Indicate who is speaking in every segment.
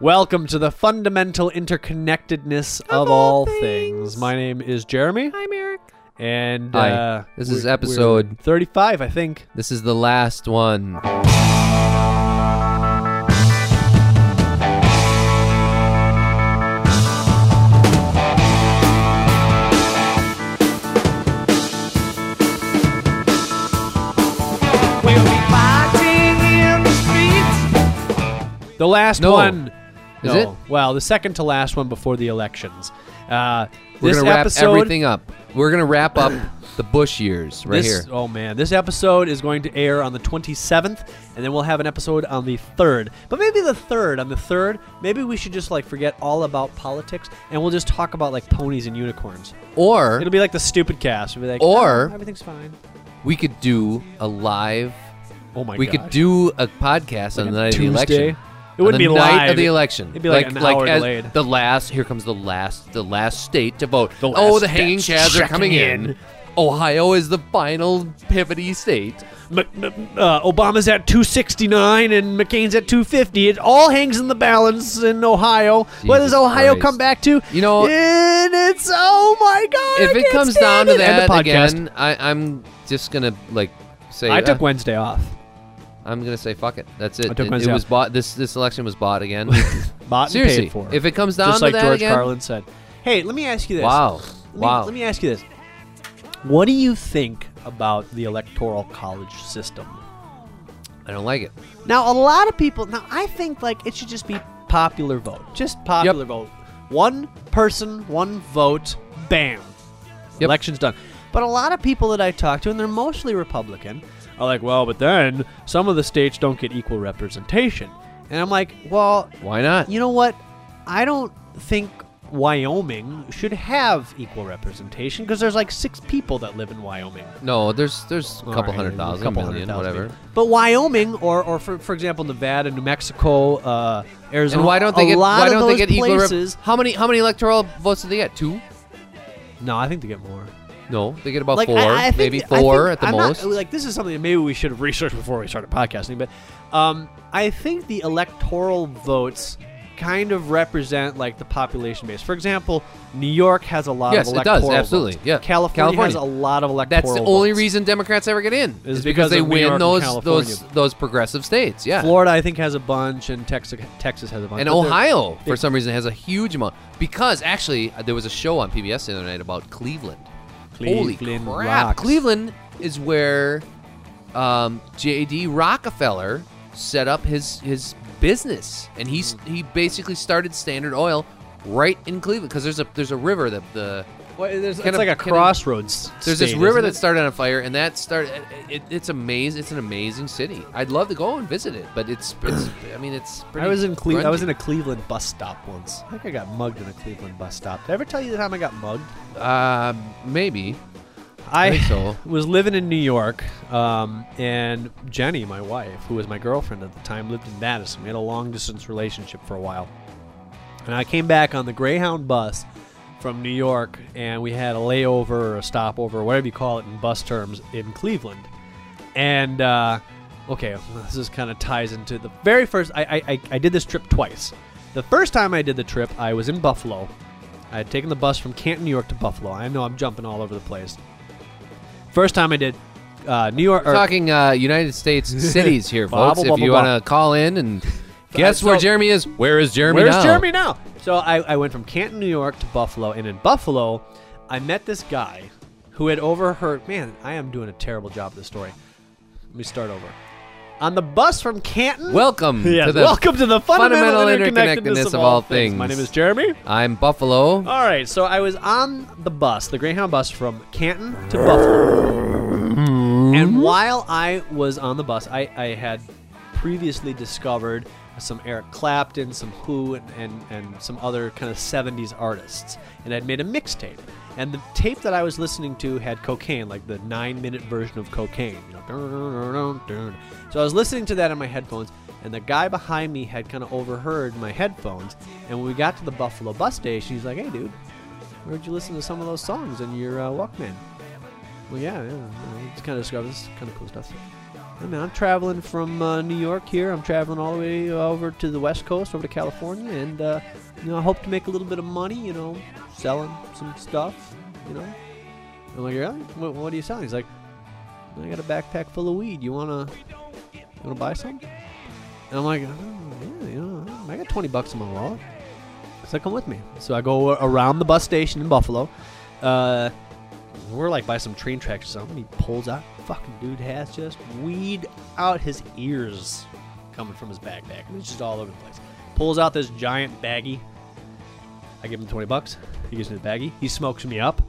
Speaker 1: Welcome to the fundamental interconnectedness of,
Speaker 2: Of all
Speaker 1: all things.
Speaker 2: things.
Speaker 1: My name is Jeremy,
Speaker 2: Hi, Merrick.
Speaker 1: and
Speaker 3: Hi.
Speaker 1: uh,
Speaker 3: This
Speaker 1: we're-
Speaker 3: is
Speaker 1: we're
Speaker 3: episode-
Speaker 1: 35, I think.
Speaker 3: This is the last one.
Speaker 2: We'll be fighting in the streets.
Speaker 1: The last
Speaker 3: No.
Speaker 1: one.
Speaker 3: Is
Speaker 1: No.
Speaker 3: it?
Speaker 1: Well, the second to last one before the elections. Uh,
Speaker 3: We're
Speaker 1: this
Speaker 3: gonna wrap
Speaker 1: episode,
Speaker 3: everything up. We're gonna wrap up the Bush years right
Speaker 1: this,
Speaker 3: here.
Speaker 1: Oh man, this episode is going to air on the 27th, and then we'll have an episode on the 3rd. But maybe the 3rd, on the 3rd, maybe we should just like forget all about politics, and we'll just talk about like ponies and unicorns.
Speaker 3: Or
Speaker 1: It'll be like the stupid cast. We'll be like,
Speaker 3: Or-
Speaker 1: "Oh, everything's fine.
Speaker 3: we could do a live.
Speaker 1: Oh my
Speaker 3: we
Speaker 1: god.
Speaker 3: could do a podcast on the night
Speaker 1: Tuesday.
Speaker 3: of the election.
Speaker 1: It wouldn't
Speaker 3: on
Speaker 1: be
Speaker 3: the night
Speaker 1: live.
Speaker 3: of the election.
Speaker 1: It'd be like an hour
Speaker 3: as
Speaker 1: delayed.
Speaker 3: The last. Here comes the last. The last state to vote.
Speaker 1: The
Speaker 3: oh,
Speaker 1: last
Speaker 3: the hanging
Speaker 1: state's
Speaker 3: chads are coming
Speaker 1: checking
Speaker 3: in.
Speaker 1: in.
Speaker 3: Ohio is the final pivoty state.
Speaker 1: Mc- m- uh, Obama's at 269 and McCain's at 250. It all hangs in the balance in Ohio. what does
Speaker 3: Jesus
Speaker 1: Ohio
Speaker 3: Christ.
Speaker 1: come back to?
Speaker 3: You know-
Speaker 1: and it's oh my god!
Speaker 3: if
Speaker 1: I
Speaker 3: it
Speaker 1: can't
Speaker 3: comes down
Speaker 1: stand
Speaker 3: to
Speaker 1: it. End
Speaker 3: that
Speaker 1: the podcast.
Speaker 3: again, I, I'm just gonna like say
Speaker 1: I took
Speaker 3: uh,
Speaker 1: Wednesday off.
Speaker 3: I'm gonna say fuck it. That's it.
Speaker 1: I took
Speaker 3: it, it
Speaker 1: Wednesday
Speaker 3: was
Speaker 1: off.
Speaker 3: bought. This this election was bought again.
Speaker 1: Bought and
Speaker 3: Seriously,
Speaker 1: paid for.
Speaker 3: if it comes down
Speaker 1: just
Speaker 3: to
Speaker 1: like
Speaker 3: that
Speaker 1: George
Speaker 3: again,
Speaker 1: Carlin said. Hey, let me ask you this.
Speaker 3: wow,
Speaker 1: Let me-
Speaker 3: wow.
Speaker 1: let me ask you this. What do you think about the electoral college system?
Speaker 3: I don't like it.
Speaker 1: Now, a lot of people. Now, I think like it should just be popular vote. Just popular
Speaker 3: Yep.
Speaker 1: vote. One person, one vote. Bam.
Speaker 3: Yep.
Speaker 1: Election's done. But a lot of people that I talk to, and they're mostly Republican, are like, well, but then some of the states don't get equal representation. And I'm like, well,
Speaker 3: Why not?
Speaker 1: Uh, you know what? I don't think Wyoming should have equal representation because there's like six people that live in Wyoming.
Speaker 3: No, there's there's a couple
Speaker 1: Alright,
Speaker 3: hundred thousand,
Speaker 1: couple hundred
Speaker 3: million,
Speaker 1: thousand
Speaker 3: whatever.
Speaker 1: people. But Wyoming, or or for, for example, Nevada, New Mexico, uh, Arizona,
Speaker 3: And why don't they
Speaker 1: a
Speaker 3: get?
Speaker 1: lot
Speaker 3: Why
Speaker 1: of
Speaker 3: don't they
Speaker 1: those
Speaker 3: get equal? rep-
Speaker 1: places?
Speaker 3: how many how many electoral votes did they get? Two?
Speaker 1: no, I think they get more.
Speaker 3: No, they get about
Speaker 1: Like
Speaker 3: four,
Speaker 1: I, I think,
Speaker 3: maybe
Speaker 1: I think-
Speaker 3: four at the
Speaker 1: I'm not-
Speaker 3: most.
Speaker 1: like this is something that maybe we should have researched before we started podcasting. But um, I think the electoral votes kind of represent like the population base. For example, New York has a lot
Speaker 3: Yes,
Speaker 1: of
Speaker 3: it does,
Speaker 1: electoral
Speaker 3: absolutely,
Speaker 1: votes.
Speaker 3: yeah.
Speaker 1: California, has
Speaker 3: California.
Speaker 1: a lot of electoral.
Speaker 3: That's the only
Speaker 1: votes.
Speaker 3: reason Democrats ever get in
Speaker 1: Is because
Speaker 3: is because they
Speaker 1: of New York
Speaker 3: win
Speaker 1: and
Speaker 3: those
Speaker 1: California.
Speaker 3: those those progressive states. Yeah,
Speaker 1: Florida, I think, has a bunch, and Texas Texas has a bunch.
Speaker 3: and
Speaker 1: But they're-
Speaker 3: Ohio
Speaker 1: they-
Speaker 3: for some reason has a huge amount because actually uh, there was a show on PBS the other night about Cleveland.
Speaker 1: Cleveland
Speaker 3: Holy crap!
Speaker 1: rocks.
Speaker 3: Cleveland is where um, J.D. Rockefeller set up his his business, and he s
Speaker 1: Hmm.
Speaker 3: he basically started Standard Oil right in Cleveland because there's a there's a river that the
Speaker 1: Well, there's,
Speaker 3: Kind
Speaker 1: it's
Speaker 3: of-
Speaker 1: like a
Speaker 3: kind of-
Speaker 1: crossroads.
Speaker 3: there's this
Speaker 1: state,
Speaker 3: river
Speaker 1: isn't
Speaker 3: that
Speaker 1: it?
Speaker 3: started on fire, and that started. It, it, it's amazing. It's an amazing city. I'd love to go and visit it, but it's. it's I mean, it's. Pretty
Speaker 1: I was in Cle- I was in
Speaker 3: grungy.
Speaker 1: a Cleveland bus stop once. I think I got mugged in a Cleveland bus stop. Did I ever tell you the time I got mugged?
Speaker 3: Uh, maybe.
Speaker 1: I,
Speaker 3: think so.
Speaker 1: was living in New York, um, and Jenny, my wife, who was my girlfriend at the time, lived in Madison. We had a long distance relationship for a while. And I came back on the Greyhound bus from New York, and we had a layover or a stopover, or whatever you call it in bus terms, in Cleveland. And, uh, okay, this is kind of ties into the very first. I, I, I, I did this trip twice. The first time I did the trip, I was in Buffalo. I had taken the bus from Canton, New York to Buffalo. I know I'm jumping all over the place. First time I did uh, New York. or-
Speaker 3: Talking uh, United States cities here,
Speaker 1: Blah,
Speaker 3: folks.
Speaker 1: blah, blah,
Speaker 3: if you
Speaker 1: blah,
Speaker 3: want to call in and guess
Speaker 1: so-
Speaker 3: where Jeremy is, where is Jeremy
Speaker 1: Where's
Speaker 3: now?
Speaker 1: Jeremy now? So I, I went from Canton, New York to Buffalo, and in Buffalo, I met this guy who had overheard. Man, I am doing a terrible job of this story. Let me start over. On the bus from Canton.
Speaker 3: Welcome
Speaker 1: Yes,
Speaker 3: to the.
Speaker 1: welcome to the fundamental,
Speaker 3: fundamental
Speaker 1: interconnectedness, of all things. My name is Jeremy.
Speaker 3: I'm Buffalo.
Speaker 1: All right, so I was on the bus, the Greyhound bus from Canton to Buffalo. And while I was on the bus, I, I had previously discovered some Eric Clapton, some Who, and, and, and some other kind of 70s artists. And I'd made a mixtape. And the tape that I was listening to had cocaine, like the nine minute version of cocaine. You know, dun, dun, dun, dun. So I was listening to that on my headphones, and the guy behind me had kind of overheard my headphones. And when we got to the Buffalo bus station, he's like, hey, dude, where'd you listen to some of those songs in your uh, Walkman? Well, yeah, yeah. It's kind of discovered this kind of cool stuff. I mean, I'm traveling from uh, New York here. I'm traveling all the way over to the West Coast, over to California, and uh, you know, I hope to make a little bit of money. You know, selling some stuff. You know, I'm like, really? What, what are you selling? He's like, I got a backpack full of weed. You wanna, you wanna buy some? And I'm like, oh, yeah, you know, I got 20 bucks in my wallet. So come with me. So I go around the bus station in Buffalo. Uh, we're like by some train tracks or something. He pulls out. Fucking dude has just weed out his ears coming from his backpack. And it's just all over the place. Pulls out this giant baggie. I give him 20 bucks. He gives me the baggie. He smokes me up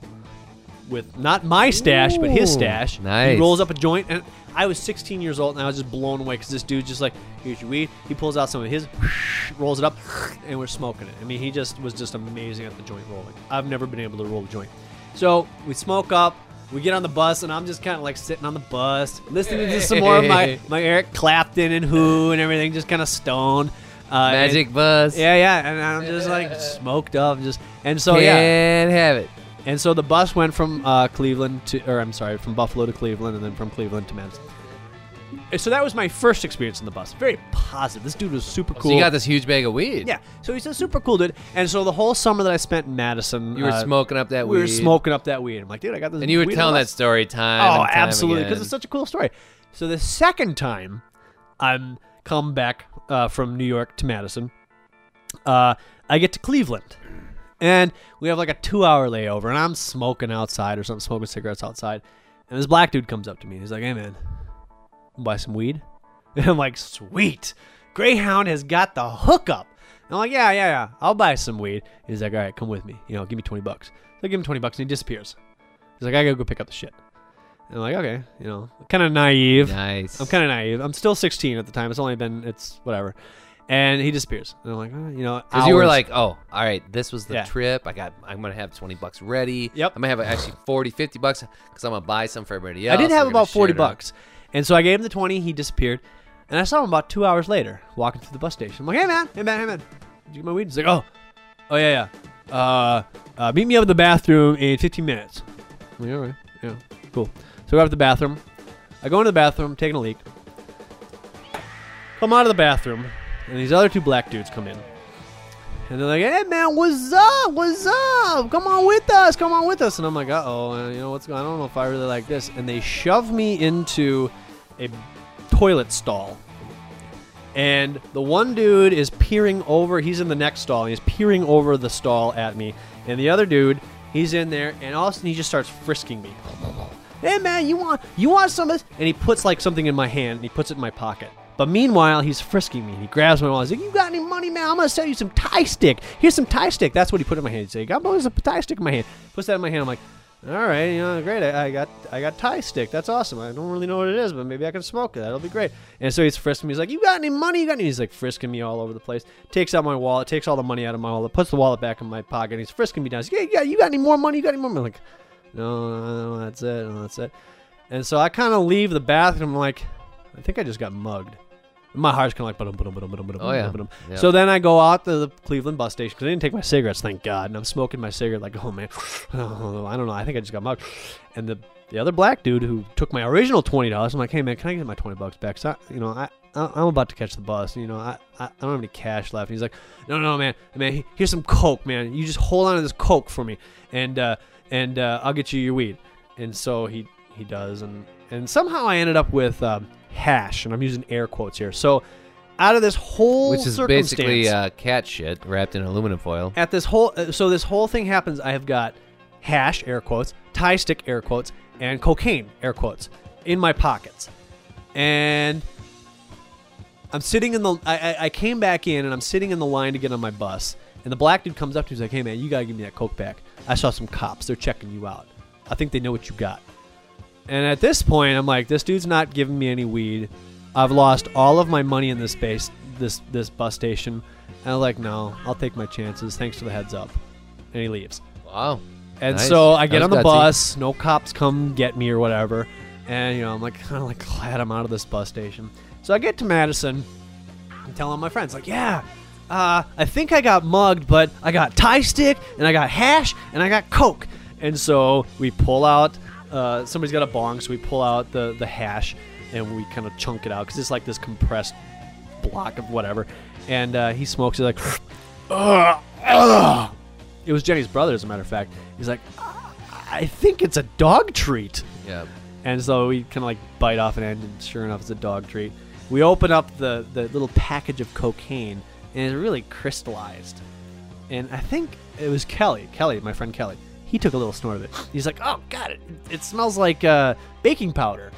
Speaker 1: with not my stash, but his
Speaker 3: Ooh,
Speaker 1: stash.
Speaker 3: nice.
Speaker 1: He rolls up a joint. And I was 16 years old and I was just blown away because this dude just like, here's your weed. He pulls out some of his, rolls it up, and we're smoking it. I mean, he just was just amazing at the joint rolling. I've never been able to roll a joint. So we smoke up. We get on the bus, and I'm just kind of like sitting on the bus, listening to some more of my, my Eric Clapton and Who and everything, just kind of stoned. Uh, and-
Speaker 3: Magic bus.
Speaker 1: yeah, yeah, and I'm just like smoked up, just and so yeah,
Speaker 3: Can't have it.
Speaker 1: and so the bus went from uh, Cleveland to, or I'm sorry, from Buffalo to Cleveland, and then from Cleveland to Madison. And So that was my first experience on the bus. Very positive. This dude was super cool.
Speaker 3: So you got this huge bag of weed.
Speaker 1: yeah, so he's a super cool dude. And so the whole summer that I spent in Madison,
Speaker 3: You were
Speaker 1: uh,
Speaker 3: smoking up that
Speaker 1: we
Speaker 3: weed.
Speaker 1: were smoking up that weed. I'm like, dude, I got this.
Speaker 3: And you were
Speaker 1: weed on
Speaker 3: telling
Speaker 1: the
Speaker 3: that
Speaker 1: bus.
Speaker 3: story time. and
Speaker 1: Oh,
Speaker 3: time
Speaker 1: absolutely,
Speaker 3: again.
Speaker 1: because it's such a cool story. So the second time, I'm come back uh, from New York to Madison. Uh, I get to Cleveland, and we have like a two-hour layover, and I'm smoking outside or something, smoking cigarettes outside, and this black dude comes up to me. and He's like, "Hey, man, buy some weed." And I'm like, sweet. Greyhound has got the hookup. And I'm like, yeah, yeah, yeah. I'll buy some weed. He's like, all right, come with me. You know, give me 20 bucks. So I give him 20 bucks and he disappears. He's like, I gotta go pick up the shit. And I'm like, okay, you know, kind of naive.
Speaker 3: nice.
Speaker 1: I'm kind of naive. I'm still 16 at the time. It's only been, it's whatever. And he disappears. And I'm like, "Uh, you know,
Speaker 3: Because you were
Speaker 1: hours-
Speaker 3: like, oh, all right, this was the
Speaker 1: Yeah.
Speaker 3: trip. I got, I'm gonna have 20 bucks ready.
Speaker 1: Yep.
Speaker 3: I'm gonna have actually 40, 50 bucks because I'm gonna buy some for everybody
Speaker 1: I
Speaker 3: else.
Speaker 1: did
Speaker 3: We're
Speaker 1: have
Speaker 3: gonna
Speaker 1: about
Speaker 3: share
Speaker 1: 40
Speaker 3: it out.
Speaker 1: bucks. And so I gave him the 20. He disappeared. And I saw him about two hours later walking through the bus station. I'm like, hey, man. Hey, man. Hey, man. Did you get my weed? He's like, oh. Oh, yeah, yeah. Uh, uh, meet me up at the bathroom in 15 minutes. I'm like, all right. Yeah. Cool. So I go out to the bathroom. I go into the bathroom, taking a leak. Come out of the bathroom. And these other two black dudes come in. And they're like, hey, man, what's up? What's up? Come on with us. Come on with us. And I'm like, uh oh, uh, you know what's going on? I don't know if I really like this. And they shove me into a toilet stall. And the one dude is peering over, he's in the next stall, and he's peering over the stall at me. And the other dude, he's in there, and all of a sudden he just starts frisking me. Hey man, you want you want some of this? And he puts like something in my hand and he puts it in my pocket. But meanwhile, he's frisking me and he grabs my wallet. He's like, "You got any money, man? I'm gonna sell you some Thai stick. Here's some Thai stick." That's what he put in my hand. He's like, "I'm gonna put Thai stick in my hand." Puts that in my hand. I'm like, "All right, you know, great. I, I got I got Thai stick. That's awesome. I don't really know what it is, but maybe I can smoke it. That'll be great." And so he's frisking me. He's like, "You got any money? You got any?" He's like frisking me all over the place. Takes out my wallet. Takes all the money out of my wallet. Puts the wallet back in my pocket. And he's frisking me down. He's like, "Yeah, yeah. You got any more money? You got any more?" money? I'm like, "No, no, no, that's it. No, that's it." And so I kind of leave the bathroom like, I think I just got mugged. My heart's kind of like, ba-dum, ba-dum, ba-dum, ba-dum, ba-dum,
Speaker 3: Oh, yeah.
Speaker 1: ba-dum.
Speaker 3: Yeah.
Speaker 1: so then I go out to the Cleveland bus station because I didn't take my cigarettes, thank God. And I'm smoking my cigarette like, oh man, I don't know. I think I just got mugged. And the the other black dude who took my original twenty dollars, I'm like, hey man, can I get my twenty bucks back? So I, you know, I. I- I'm about to catch the bus, you know. I, I I don't have any cash left. And he's like, no, no, man, man. he- Here's some coke, man. You just hold on to this coke for me, and uh, and uh, I'll get you your weed. And so he he does, and and somehow I ended up with um, hash, and I'm using air quotes here. So out of this whole
Speaker 3: Which is
Speaker 1: circumstance,
Speaker 3: basically uh, cat shit wrapped in aluminum foil.
Speaker 1: at this whole uh, so this whole thing happens i have got hash air quotes tie stick air quotes and cocaine air quotes in my pockets and i'm sitting in the I, I, I came back in and i'm sitting in the line to get on my bus and the black dude comes up to me he's like hey man you gotta give me that coke back i saw some cops they're checking you out i think they know what you got and at this point, I'm like, this dude's not giving me any weed. I've lost all of my money in this space, this this bus station. And I'm like, no, I'll take my chances. Thanks for the heads up. And he leaves.
Speaker 3: Wow.
Speaker 1: And
Speaker 3: Nice.
Speaker 1: so I get
Speaker 3: That
Speaker 1: on
Speaker 3: was eh?
Speaker 1: the
Speaker 3: gutsy.
Speaker 1: bus. No cops come get me or whatever. And you know, I'm like kind of like glad I'm out of this bus station. So I get to Madison. I'm telling my friends like, yeah, uh, I think I got mugged, but I got tie stick and I got hash and I got coke. And so we pull out. Uh, somebody's got a bong, so we pull out the the hash. and we kind of chunk it out because it's like this compressed block of whatever. And uh, he smokes it like, "Ugh, ugh." it was Jenny's brother, as a matter of fact. He's like, I think it's a dog treat.
Speaker 3: Yeah.
Speaker 1: And so we kind of like bite off an end, and sure enough, it's a dog treat. We open up the, the little package of cocaine, and it's really crystallized. And I think it was Kelly, Kelly, my friend Kelly. He took a little snort of it. He's like, "Oh God, it, it smells like uh, baking powder."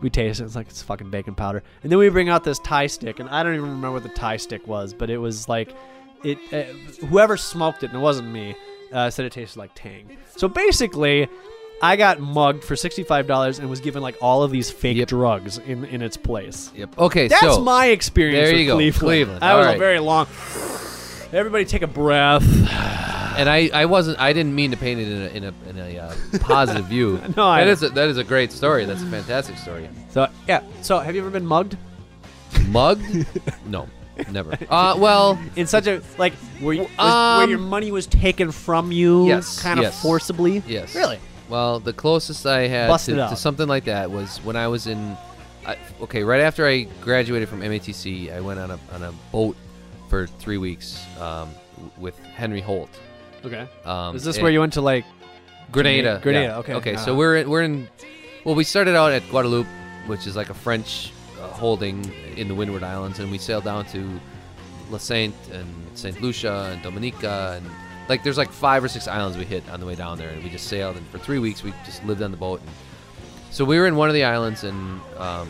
Speaker 1: We taste it. It's like it's fucking baking powder. And then we bring out this tie stick, and I don't even remember what the tie stick was, but it was like, it. Uh, whoever smoked it, and it wasn't me, uh, said it tasted like Tang. So basically, I got mugged for sixty-five dollars and was given like all of these fake
Speaker 3: Yep.
Speaker 1: drugs in in its place.
Speaker 3: Yep. Okay.
Speaker 1: That's
Speaker 3: so
Speaker 1: my experience
Speaker 3: there
Speaker 1: with
Speaker 3: you go,
Speaker 1: Cleveland.
Speaker 3: Cleveland.
Speaker 1: That
Speaker 3: All
Speaker 1: was a
Speaker 3: right.
Speaker 1: very long. Everybody, take a breath.
Speaker 3: and I, I wasn't I didn't mean to paint it in a in a, in a uh, positive view.
Speaker 1: No, I-
Speaker 3: that is a, that is a great story. That's a fantastic story.
Speaker 1: So yeah. So have you ever been mugged
Speaker 3: Mugged? No, never. Uh, well,
Speaker 1: in such a like where you, was- where
Speaker 3: Um,
Speaker 1: your money was taken from you?
Speaker 3: yes,
Speaker 1: Kind of
Speaker 3: yes.
Speaker 1: forcibly.
Speaker 3: yes.
Speaker 1: Really.
Speaker 3: Well, the closest I had
Speaker 1: Bust
Speaker 3: to,
Speaker 1: it
Speaker 3: to
Speaker 1: out.
Speaker 3: something like that was when I was in. I, okay, right after I graduated from MATC, I went on a on a boat for three weeks um, w- with Henry Holt.
Speaker 1: Okay.
Speaker 3: Um,
Speaker 1: Is this
Speaker 3: and-
Speaker 1: where you went to like?
Speaker 3: Grenada.
Speaker 1: Grenada,
Speaker 3: yeah.
Speaker 1: okay.
Speaker 3: Okay.
Speaker 1: Ah.
Speaker 3: So we're in, we're in. Well, we started out at Guadeloupe, which is like a French uh, holding in the Windward Islands, and we sailed down to La Sainte and Saint Lucia and Dominica and like there's like five or six islands we hit on the way down there, and we just sailed and for three weeks we just lived on the boat. And so we were in one of the islands, and um,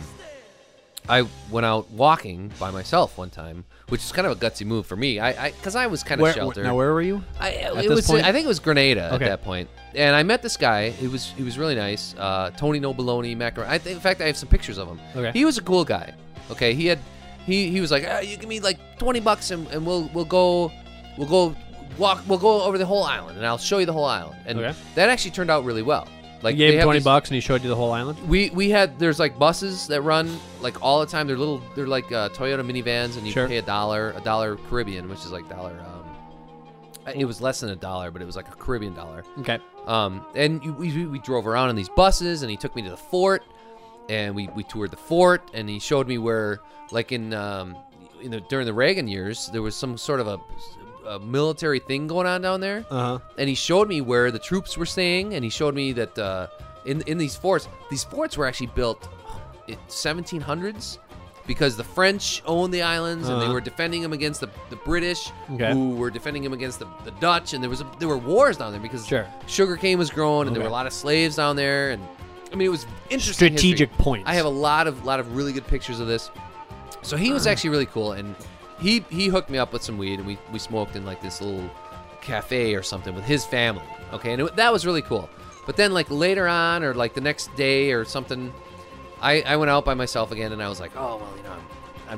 Speaker 3: I went out walking by myself one time, which is kind of a gutsy move for me. I because I, was kind of
Speaker 1: Where,
Speaker 3: sheltered.
Speaker 1: now where were you?
Speaker 3: I,
Speaker 1: At
Speaker 3: it
Speaker 1: this
Speaker 3: was,
Speaker 1: point?
Speaker 3: I think it was Grenada
Speaker 1: Okay.
Speaker 3: at that point. And I met this guy. He was he was really nice. Uh, Tony Noboloni, Macaroni. I think, in fact, I have some pictures of him.
Speaker 1: Okay.
Speaker 3: He was a cool guy. Okay. He had he he was like, ah, you give me like twenty bucks and, and we'll we'll go we'll go walk we'll go over the whole island and I'll show you the whole island. And
Speaker 1: Okay.
Speaker 3: that actually turned out really well. Like
Speaker 1: you gave
Speaker 3: they
Speaker 1: him
Speaker 3: have
Speaker 1: twenty
Speaker 3: these-
Speaker 1: bucks and he showed you the whole island.
Speaker 3: we we had there's like buses that run like all the time. They're little they're like uh, Toyota minivans, and you
Speaker 1: Sure.
Speaker 3: pay a dollar a dollar Caribbean, which is like dollar. Um, it was less than a dollar, but it was like a Caribbean dollar.
Speaker 1: Okay.
Speaker 3: Um, and you, we, we drove around in these buses, and he took me to the fort, and we, we toured the fort, and he showed me where, like in um, in the during the Reagan years, there was some sort of a, a military thing going on down there
Speaker 1: Uh huh.
Speaker 3: and he showed me where the troops were staying, and he showed me that uh, in in these forts, these forts were actually built in 1700s because the French owned the islands and they
Speaker 1: Uh-huh.
Speaker 3: were defending them against the, the British,
Speaker 1: Okay.
Speaker 3: who were defending them against the, the Dutch, and there was a, there were wars down there because
Speaker 1: Sure.
Speaker 3: sugar cane was growing, and there were
Speaker 1: Okay.
Speaker 3: a lot of slaves down there, and I mean it was interesting. history.
Speaker 1: Strategic points.
Speaker 3: I have a lot of lot of really good pictures of this. So he
Speaker 1: Uh-huh.
Speaker 3: was actually really cool, and he he hooked me up with some weed, and we we smoked in like this little cafe or something with his family. Okay, and it, that was really cool. But then like later on, or like the next day or something, I I went out by myself again, and I was like, oh well, you know, I'm,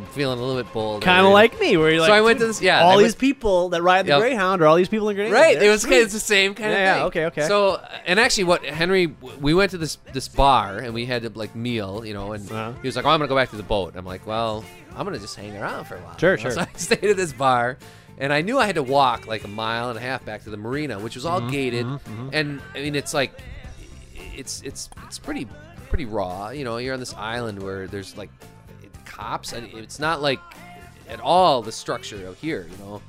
Speaker 3: I'm feeling a little bit bold.
Speaker 1: kind of
Speaker 3: or-
Speaker 1: like me, where you're
Speaker 3: So
Speaker 1: like,
Speaker 3: I went to
Speaker 1: "Dude,
Speaker 3: this- yeah,
Speaker 1: all
Speaker 3: I
Speaker 1: these
Speaker 3: went-
Speaker 1: people that ride the
Speaker 3: Yep.
Speaker 1: Greyhound, or all these people in Grenada,
Speaker 3: Right,
Speaker 1: They're
Speaker 3: it was
Speaker 1: sweet.
Speaker 3: it's the same kind
Speaker 1: Yeah, yeah,
Speaker 3: of thing.
Speaker 1: okay, okay.
Speaker 3: So, uh, and actually, what Henry, w- we went to this this bar and we had to like meal, you know, and
Speaker 1: Uh-huh.
Speaker 3: he was like, "Oh, I'm gonna go back to the boat." I'm like, "Well, I'm gonna just hang around for a while."
Speaker 1: Sure,
Speaker 3: You know,
Speaker 1: sure.
Speaker 3: So I stayed at this bar, and I knew I had to walk like a mile and a half back to the marina, which was
Speaker 1: Mm-hmm,
Speaker 3: all gated, and I mean, it's like, it's it's it's pretty pretty raw, you know. You're on this island where there's like cops, and it's not like at all the structure out here, you know.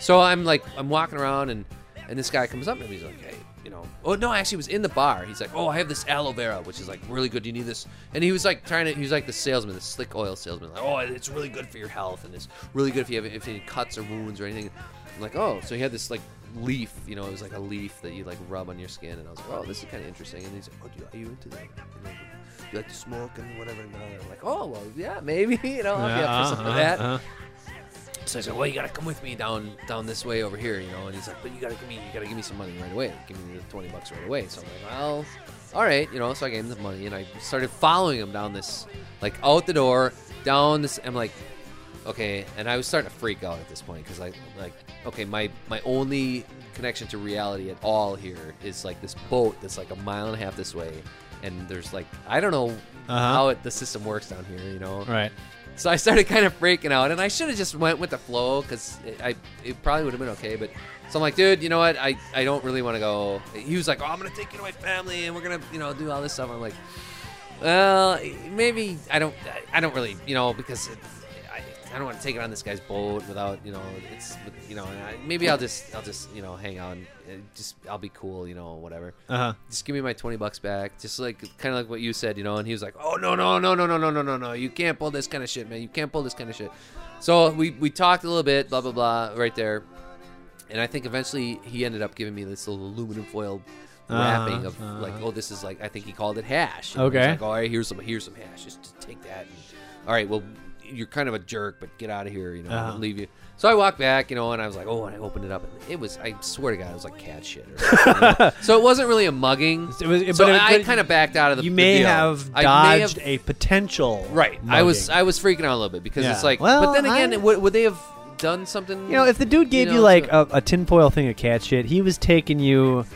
Speaker 3: So I'm like, I'm walking around, and and this guy comes up and he's like, hey, you know, oh no, actually, it was in the bar. He's like, oh, I have this aloe vera, which is like really good. Do you need this? And he was like trying to, he was like the salesman, the slick oil salesman, like, oh, it's really good for your health, and it's really good if you have if any cuts or wounds or anything. I'm like, oh, so he had this like leaf, you know, it was like a leaf that you like rub on your skin, and I was like, oh, this is kind of interesting. And he's like, oh, do you, are you into that? You know, do you like to smoke and whatever? And I'm like, oh, well, yeah, maybe, you know, I'll be
Speaker 1: Uh-huh,
Speaker 3: up for some of that. So I said, "Well, you gotta come with me down down this way over here, you know." And he's like, "But you gotta give me you gotta give me some money right away. Give me the twenty bucks right away." So I'm like, "Well, all right, you know." So I gave him the money, and I started following him down this, like out the door, down this. I'm like, okay, and I was starting to freak out at this point because I like, okay, my my only connection to reality at all here is like this boat that's like a mile and a half this way, and there's like I don't know
Speaker 1: Uh-huh.
Speaker 3: how it, the system works down here, you know.
Speaker 1: Right.
Speaker 3: So I started kind of freaking out, and I should have just went with the flow because it, I it probably would have been okay. But so I'm like, dude, you know what? I, I don't really want to go. He was like, oh, I'm gonna take you to my family, and we're gonna you know do all this stuff. I'm like, Well, maybe I don't. I don't really, you know, because it, I, I don't want to take it on this guy's boat without, you know, it's, you know, I- maybe I'll just, I'll just, you know, hang on, uh, just I'll be cool, you know, whatever.
Speaker 1: Uh-huh.
Speaker 3: Just give me my twenty bucks back, just like kind of like what you said, you know. And he was like, "Oh no, no, no, no, no, no, no, no, no! You can't pull this kind of shit, man. You can't pull this kind of shit." So we we talked a little bit, blah blah blah, right there. And I think eventually he ended up giving me this little aluminum foil wrapping of
Speaker 1: Uh-huh,
Speaker 3: like,
Speaker 1: uh-huh.
Speaker 3: oh, this is like I think he called it hash.
Speaker 1: Okay.
Speaker 3: He's like, all right, here's some here's some hash. Just t- take that. And, all right, well, you're kind of a jerk, but get out of here. You know, I'll
Speaker 1: Uh-huh.
Speaker 3: leave you. So I walked back, you know, and I was like, oh, and I opened it up, and it was I swear to God, it was like cat shit. Or something. so it wasn't really a mugging.
Speaker 1: It was-
Speaker 3: so
Speaker 1: but it-
Speaker 3: I
Speaker 1: but
Speaker 3: kind of backed out of the.
Speaker 1: you
Speaker 3: the
Speaker 1: may
Speaker 3: deal.
Speaker 1: have
Speaker 3: I may
Speaker 1: dodged
Speaker 3: have-
Speaker 1: a potential.
Speaker 3: right. I was
Speaker 1: mugging.
Speaker 3: I was freaking out a little bit because it's
Speaker 1: Yeah.
Speaker 3: like,
Speaker 1: Well,
Speaker 3: but then again,
Speaker 1: I-
Speaker 3: would, would they have done something?
Speaker 1: you know, if the dude gave you,
Speaker 3: know,
Speaker 1: like
Speaker 3: to-
Speaker 1: a, a tinfoil thing of cat shit, he was taking you.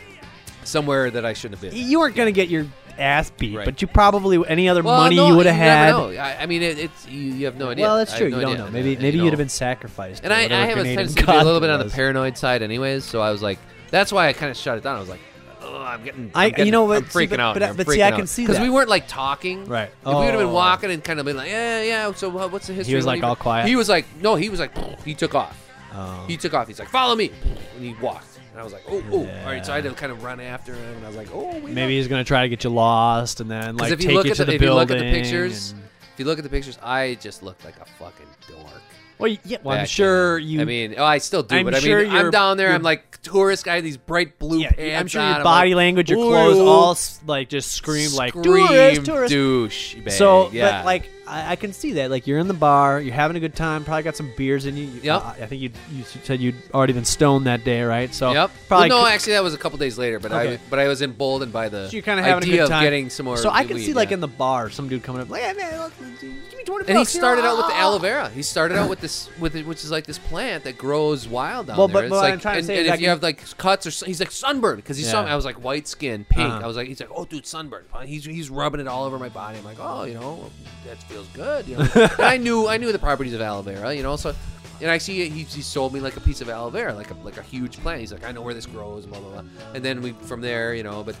Speaker 3: somewhere that I shouldn't have been.
Speaker 1: You weren't gonna get your ass beat,
Speaker 3: Right.
Speaker 1: but you probably any other
Speaker 3: Well,
Speaker 1: money
Speaker 3: no,
Speaker 1: you would have
Speaker 3: never
Speaker 1: had.
Speaker 3: know. I, I mean, it, it's you, you have no idea.
Speaker 1: Well, that's
Speaker 3: I
Speaker 1: true.
Speaker 3: have
Speaker 1: you don't
Speaker 3: idea.
Speaker 1: know. Maybe
Speaker 3: And,
Speaker 1: maybe
Speaker 3: you
Speaker 1: you'd
Speaker 3: know.
Speaker 1: have been sacrificed.
Speaker 3: And
Speaker 1: to
Speaker 3: I,
Speaker 1: whatever
Speaker 3: I have a
Speaker 1: Canadian
Speaker 3: tendency to be a little
Speaker 1: god
Speaker 3: bit on the
Speaker 1: was.
Speaker 3: paranoid side, anyways. So I was like, that's why I kind of shut it down. I was like, oh, I'm getting,
Speaker 1: I-
Speaker 3: I'm getting-
Speaker 1: you know what,
Speaker 3: I'm
Speaker 1: see,
Speaker 3: freaking
Speaker 1: but-
Speaker 3: out.
Speaker 1: but-
Speaker 3: here. I'm
Speaker 1: but see,
Speaker 3: freaking
Speaker 1: I can
Speaker 3: out.
Speaker 1: see that.
Speaker 3: we weren't like talking,
Speaker 1: Right.
Speaker 3: If we would have been
Speaker 1: Oh.
Speaker 3: walking and kind of been like, yeah, yeah. So what- what's the history?
Speaker 1: was,
Speaker 3: What
Speaker 1: like,
Speaker 3: do you-
Speaker 1: all quiet.
Speaker 3: He was like, no, he was like, he took off.
Speaker 1: Oh.
Speaker 3: He took off. He's like, follow me, and he walked. And I was like, oh, oh,
Speaker 1: Yeah.
Speaker 3: all right. So I had to kind of run after him, and I was like, oh, wait
Speaker 1: Maybe he's gonna try to get you lost and then like
Speaker 3: if you
Speaker 1: take
Speaker 3: look
Speaker 1: you
Speaker 3: at
Speaker 1: to
Speaker 3: the,
Speaker 1: the
Speaker 3: if you look
Speaker 1: building.
Speaker 3: at the pictures,
Speaker 1: and-
Speaker 3: if you look at the pictures, I just looked like a fucking dork.
Speaker 1: Well, yeah, well, I'm
Speaker 3: back
Speaker 1: sure
Speaker 3: then.
Speaker 1: you.
Speaker 3: I mean, oh, I still do,
Speaker 1: I'm
Speaker 3: but I
Speaker 1: sure
Speaker 3: mean, I'm
Speaker 1: your-
Speaker 3: down there.
Speaker 1: your-
Speaker 3: I'm like tourist guy, these bright blue
Speaker 1: yeah,
Speaker 3: pants.
Speaker 1: I'm sure
Speaker 3: on,
Speaker 1: your
Speaker 3: I'm
Speaker 1: body
Speaker 3: like,
Speaker 1: language, your
Speaker 3: "Ooh,
Speaker 1: clothes, all s- like just scream like tourist, tourist.
Speaker 3: douche. Bag.
Speaker 1: So,
Speaker 3: yeah,
Speaker 1: but like, I, I can see that. Like, you're in the bar, you're having a good time, probably got some beers in you. you
Speaker 3: Yep.
Speaker 1: I think you you said you'd already been stoned that day, right? So,
Speaker 3: yep.
Speaker 1: probably
Speaker 3: well, no,
Speaker 1: could-
Speaker 3: actually, that was a couple days later, but I
Speaker 1: Okay.
Speaker 3: but I was emboldened by the
Speaker 1: so you're kind of having a
Speaker 3: idea
Speaker 1: good time,
Speaker 3: of getting some more.
Speaker 1: So I can
Speaker 3: weed,
Speaker 1: see like
Speaker 3: yeah.
Speaker 1: in the bar, some dude coming up, like, hey, man, look, give me twenty.
Speaker 3: And he
Speaker 1: bucks, you know,
Speaker 3: started out with the
Speaker 1: ah."
Speaker 3: aloe vera. He started out with this, with it, which is like this plant that grows wild down
Speaker 1: Well,
Speaker 3: there.
Speaker 1: but
Speaker 3: It's
Speaker 1: what
Speaker 3: like,
Speaker 1: I'm trying to
Speaker 3: and,
Speaker 1: say is
Speaker 3: and
Speaker 1: I
Speaker 3: if you
Speaker 1: can-
Speaker 3: have like cuts or sun- he's like sunburned because he's
Speaker 1: Yeah.
Speaker 3: sun- I was like white skin, pink.
Speaker 1: Uh-huh.
Speaker 3: I was like, he's like, oh dude, sunburned. He's he's rubbing it all over my body. I'm like, oh, you know, that feels good. You know, and I knew I knew the properties of aloe vera. You know, so. And I see it, he, he sold me like a piece of aloe vera, like a like a huge plant. He's like, I know where this grows, blah blah blah. And then we from there, you know. But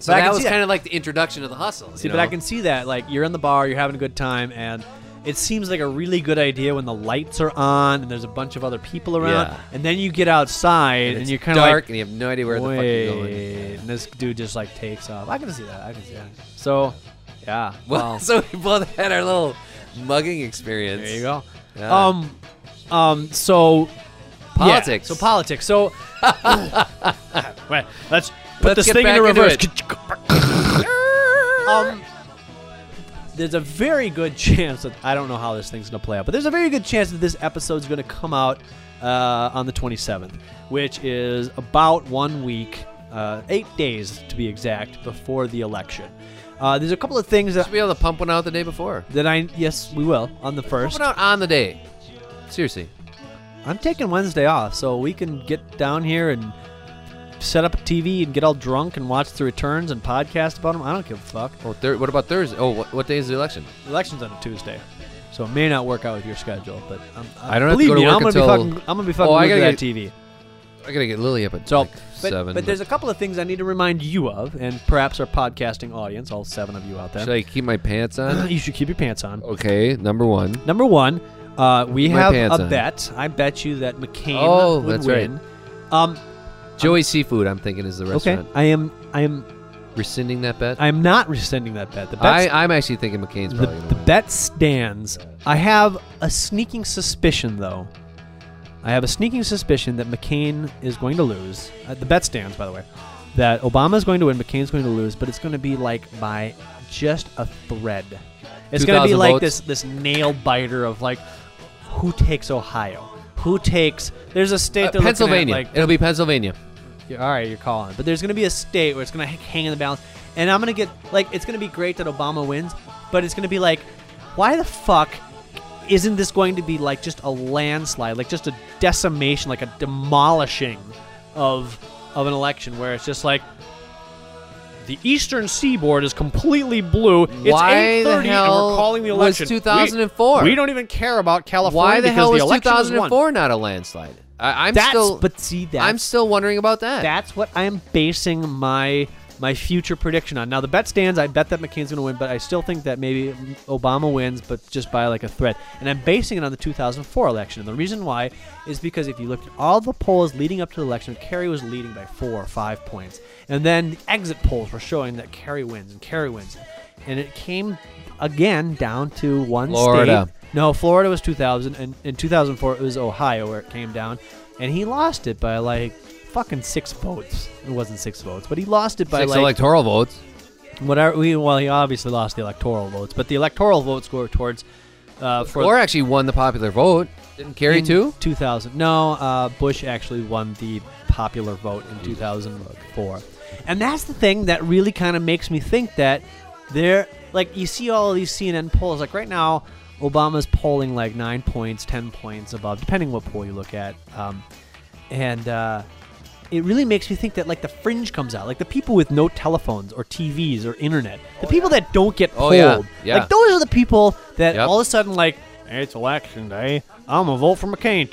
Speaker 3: so
Speaker 1: But I
Speaker 3: that
Speaker 1: can
Speaker 3: was
Speaker 1: see that.
Speaker 3: kind of like the introduction to the hustle.
Speaker 1: See,
Speaker 3: you
Speaker 1: but I
Speaker 3: know?
Speaker 1: can see that. Like, you're in the bar, you're having a good time, and it seems like a really good idea when the lights are on and there's a bunch of other people around,
Speaker 3: Yeah.
Speaker 1: and then you get outside and,
Speaker 3: it's
Speaker 1: you're kind of
Speaker 3: dark,
Speaker 1: like,
Speaker 3: and you have no idea where the fuck
Speaker 1: wait,
Speaker 3: you're going.
Speaker 1: and this dude just like takes off. I can see that. I can see that. So, yeah.
Speaker 3: Well,
Speaker 1: Well,
Speaker 3: so we both had our little mugging experience.
Speaker 1: there you go.
Speaker 3: Yeah.
Speaker 1: Um, um. So, yeah,
Speaker 3: Politics.
Speaker 1: so politics. So, wait. Let's put
Speaker 3: Let's
Speaker 1: this
Speaker 3: get
Speaker 1: thing in
Speaker 3: back into
Speaker 1: reverse. um, there's a very good chance that I don't know how this thing's gonna play out, but there's a very good chance that this episode's gonna come out uh, on the 27th, which is about one week, uh, eight days to be exact, before the election. Uh, there's a couple of things that
Speaker 3: Should be able to pump one out the day before.
Speaker 1: that I yes we will on the
Speaker 3: Pump
Speaker 1: first.
Speaker 3: one out on the day. Seriously.
Speaker 1: I'm taking Wednesday off, so we can get down here and set up a TV and get all drunk and watch the returns and podcast about them. I don't give a fuck.
Speaker 3: Oh, thir- what about Thursday? Oh, what, what day is the election?
Speaker 1: The election's on a Tuesday, so it may not work out with your schedule. But I'm,
Speaker 3: I don't have to
Speaker 1: believe
Speaker 3: go to
Speaker 1: me,
Speaker 3: work
Speaker 1: I'm gonna
Speaker 3: until-
Speaker 1: be fucking. I'm gonna be fucking
Speaker 3: Oh, I
Speaker 1: glued to
Speaker 3: gotta
Speaker 1: that TV.
Speaker 3: I gotta get Lily up at
Speaker 1: So,
Speaker 3: like
Speaker 1: but,
Speaker 3: seven.
Speaker 1: but there's a couple of things I need to remind you of, and perhaps our podcasting audience, all seven of you out
Speaker 3: should
Speaker 1: there.
Speaker 3: I keep my pants on?
Speaker 1: you should keep your pants on.
Speaker 3: Okay, number one.
Speaker 1: Number one, uh, we
Speaker 3: My
Speaker 1: have
Speaker 3: pants
Speaker 1: a
Speaker 3: on.
Speaker 1: bet. I bet you that McCain
Speaker 3: Oh,
Speaker 1: would
Speaker 3: that's right.
Speaker 1: win. Um,
Speaker 3: Joey Seafood, I'm thinking is the
Speaker 1: okay,
Speaker 3: restaurant.
Speaker 1: I am. I am.
Speaker 3: Rescinding that bet.
Speaker 1: I am not rescinding that bet. The
Speaker 3: I,
Speaker 1: bet.
Speaker 3: I'm actually thinking McCain's
Speaker 1: The,
Speaker 3: probably
Speaker 1: the
Speaker 3: gonna win. Uh,
Speaker 1: bet stands. I have a sneaking suspicion, though. I have a sneaking suspicion that McCain is going to lose. Uh, the bet stands, by the way, that Obama is going to win, McCain's going to lose, but it's going to be like by just a thread. It's going to be
Speaker 3: 2,000
Speaker 1: like
Speaker 3: votes?
Speaker 1: this this nail biter of like, who takes Ohio? Who takes? There's a state
Speaker 3: Uh,
Speaker 1: they're looking at,
Speaker 3: Pennsylvania.
Speaker 1: like
Speaker 3: It'll be Pennsylvania.
Speaker 1: you're, all right, you're calling. But there's going to be a state where it's going to hang in the balance. And I'm going to get, like, it's going to be great that Obama wins, but it's going to be like, why the fuck isn't this going to be, like, just a landslide, like, just a decimation, like a demolishing of of an election where it's just like, the eastern seaboard is completely blue. It's
Speaker 3: Why
Speaker 1: 8:30
Speaker 3: the
Speaker 1: and
Speaker 3: hell
Speaker 1: we're calling the
Speaker 3: was
Speaker 1: election. We-
Speaker 3: 2004?
Speaker 1: We, don't even care about California
Speaker 3: Why the
Speaker 1: because
Speaker 3: hell was
Speaker 1: the election was won.
Speaker 3: 2004 not a landslide? I, I'm
Speaker 1: That's
Speaker 3: still.
Speaker 1: but see that's
Speaker 3: I'm still wondering about that.
Speaker 1: That's what I'm basing my my future prediction on. Now the bet stands. I bet that McCain's going to win, but I still think that maybe Obama wins, but just by like a threat. And I'm basing it on the 2004 election. And the reason why is because if you looked at all the polls leading up to the election, Kerry was leading by four or five points, and then the exit polls were showing that Kerry wins and Kerry wins, and it came again down to one
Speaker 3: Florida.
Speaker 1: state. No, Florida was 2000, and in 2004 it was Ohio where it came down, and he lost it by like fucking six votes. It wasn't six votes, but he lost it by
Speaker 3: Six
Speaker 1: like
Speaker 3: electoral votes.
Speaker 1: whatever. We, well, he obviously lost the electoral votes, but the electoral votes go towards uh, for
Speaker 3: Or actually won the popular vote. Didn't Kerry
Speaker 1: in
Speaker 3: too?
Speaker 1: 2000. No, uh, Bush actually won the popular vote in 2004. And that's the thing that really kind of makes me think that there, like, you see all these CNN polls. Like, right now, Obama's polling like nine points, 10 points above, depending what poll you look at. Um, and uh, it really makes me think that, like, the fringe comes out. Like, the people with no telephones or TVs or internet, the people that don't get
Speaker 3: Oh,
Speaker 1: polled.
Speaker 3: yeah. Yeah.
Speaker 1: Like, those are the people that
Speaker 3: Yep.
Speaker 1: all of a sudden, like, "Hey, it's election day. I'm gonna vote for McCain.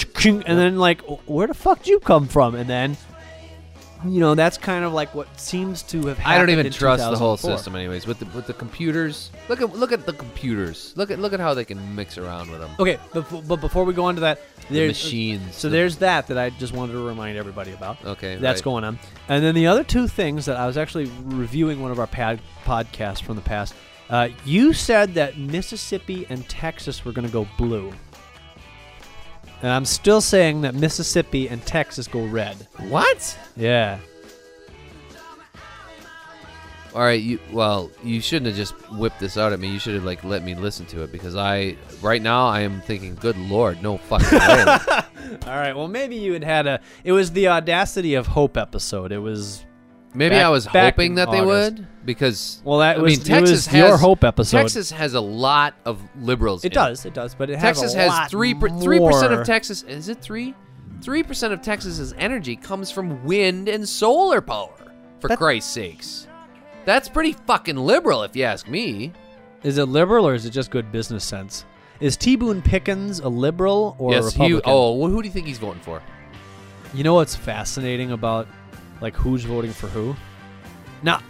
Speaker 1: And then, like, where the fuck did you come from? And then, you know, that's kind of like what seems to have happened.
Speaker 3: I don't even
Speaker 1: in
Speaker 3: trust the whole
Speaker 1: 2004.
Speaker 3: system, anyways. With the with the computers, look at look at the computers. Look at look at how they can mix around with them.
Speaker 1: Okay, but, but before we go on to that,
Speaker 3: The
Speaker 1: there's
Speaker 3: machines.
Speaker 1: So
Speaker 3: the-
Speaker 1: there's that that I just wanted to remind everybody about.
Speaker 3: Okay,
Speaker 1: That's
Speaker 3: right.
Speaker 1: going on. And then the other two things that I was actually reviewing one of our pad- podcasts from the past. Uh, you said that Mississippi and Texas were going to go blue. And I'm still saying that Mississippi and Texas go red.
Speaker 3: what?
Speaker 1: Yeah.
Speaker 3: All right, you well, you shouldn't have just whipped this out at me. You should have like let me listen to it because I right now I am thinking, good lord, no fucking way.
Speaker 1: All right. Well, maybe you had had a. It was the Audacity of Hope episode. It was.
Speaker 3: Maybe
Speaker 1: Back-
Speaker 3: I was
Speaker 1: back
Speaker 3: hoping
Speaker 1: in
Speaker 3: that they
Speaker 1: August.
Speaker 3: would because
Speaker 1: Well, that
Speaker 3: I
Speaker 1: was-
Speaker 3: mean,
Speaker 1: it
Speaker 3: Texas
Speaker 1: was
Speaker 3: has
Speaker 1: your hope episode.
Speaker 3: Texas has a lot of liberals.
Speaker 1: It
Speaker 3: in
Speaker 1: does. It does. But it has,
Speaker 3: Texas
Speaker 1: a
Speaker 3: has
Speaker 1: lot
Speaker 3: three three percent
Speaker 1: more.
Speaker 3: of Texas. Is it three? Three percent of Texas's energy comes from wind and solar power. For
Speaker 1: That-
Speaker 3: Christ's sakes, that's pretty fucking liberal, if you ask me.
Speaker 1: Is it liberal or is it just good business sense? Is T Boone Pickens a liberal or a
Speaker 3: yes, he-
Speaker 1: Republican?
Speaker 3: oh, well, who do you think he's voting for?
Speaker 1: You know what's fascinating about like who's voting for who? Now,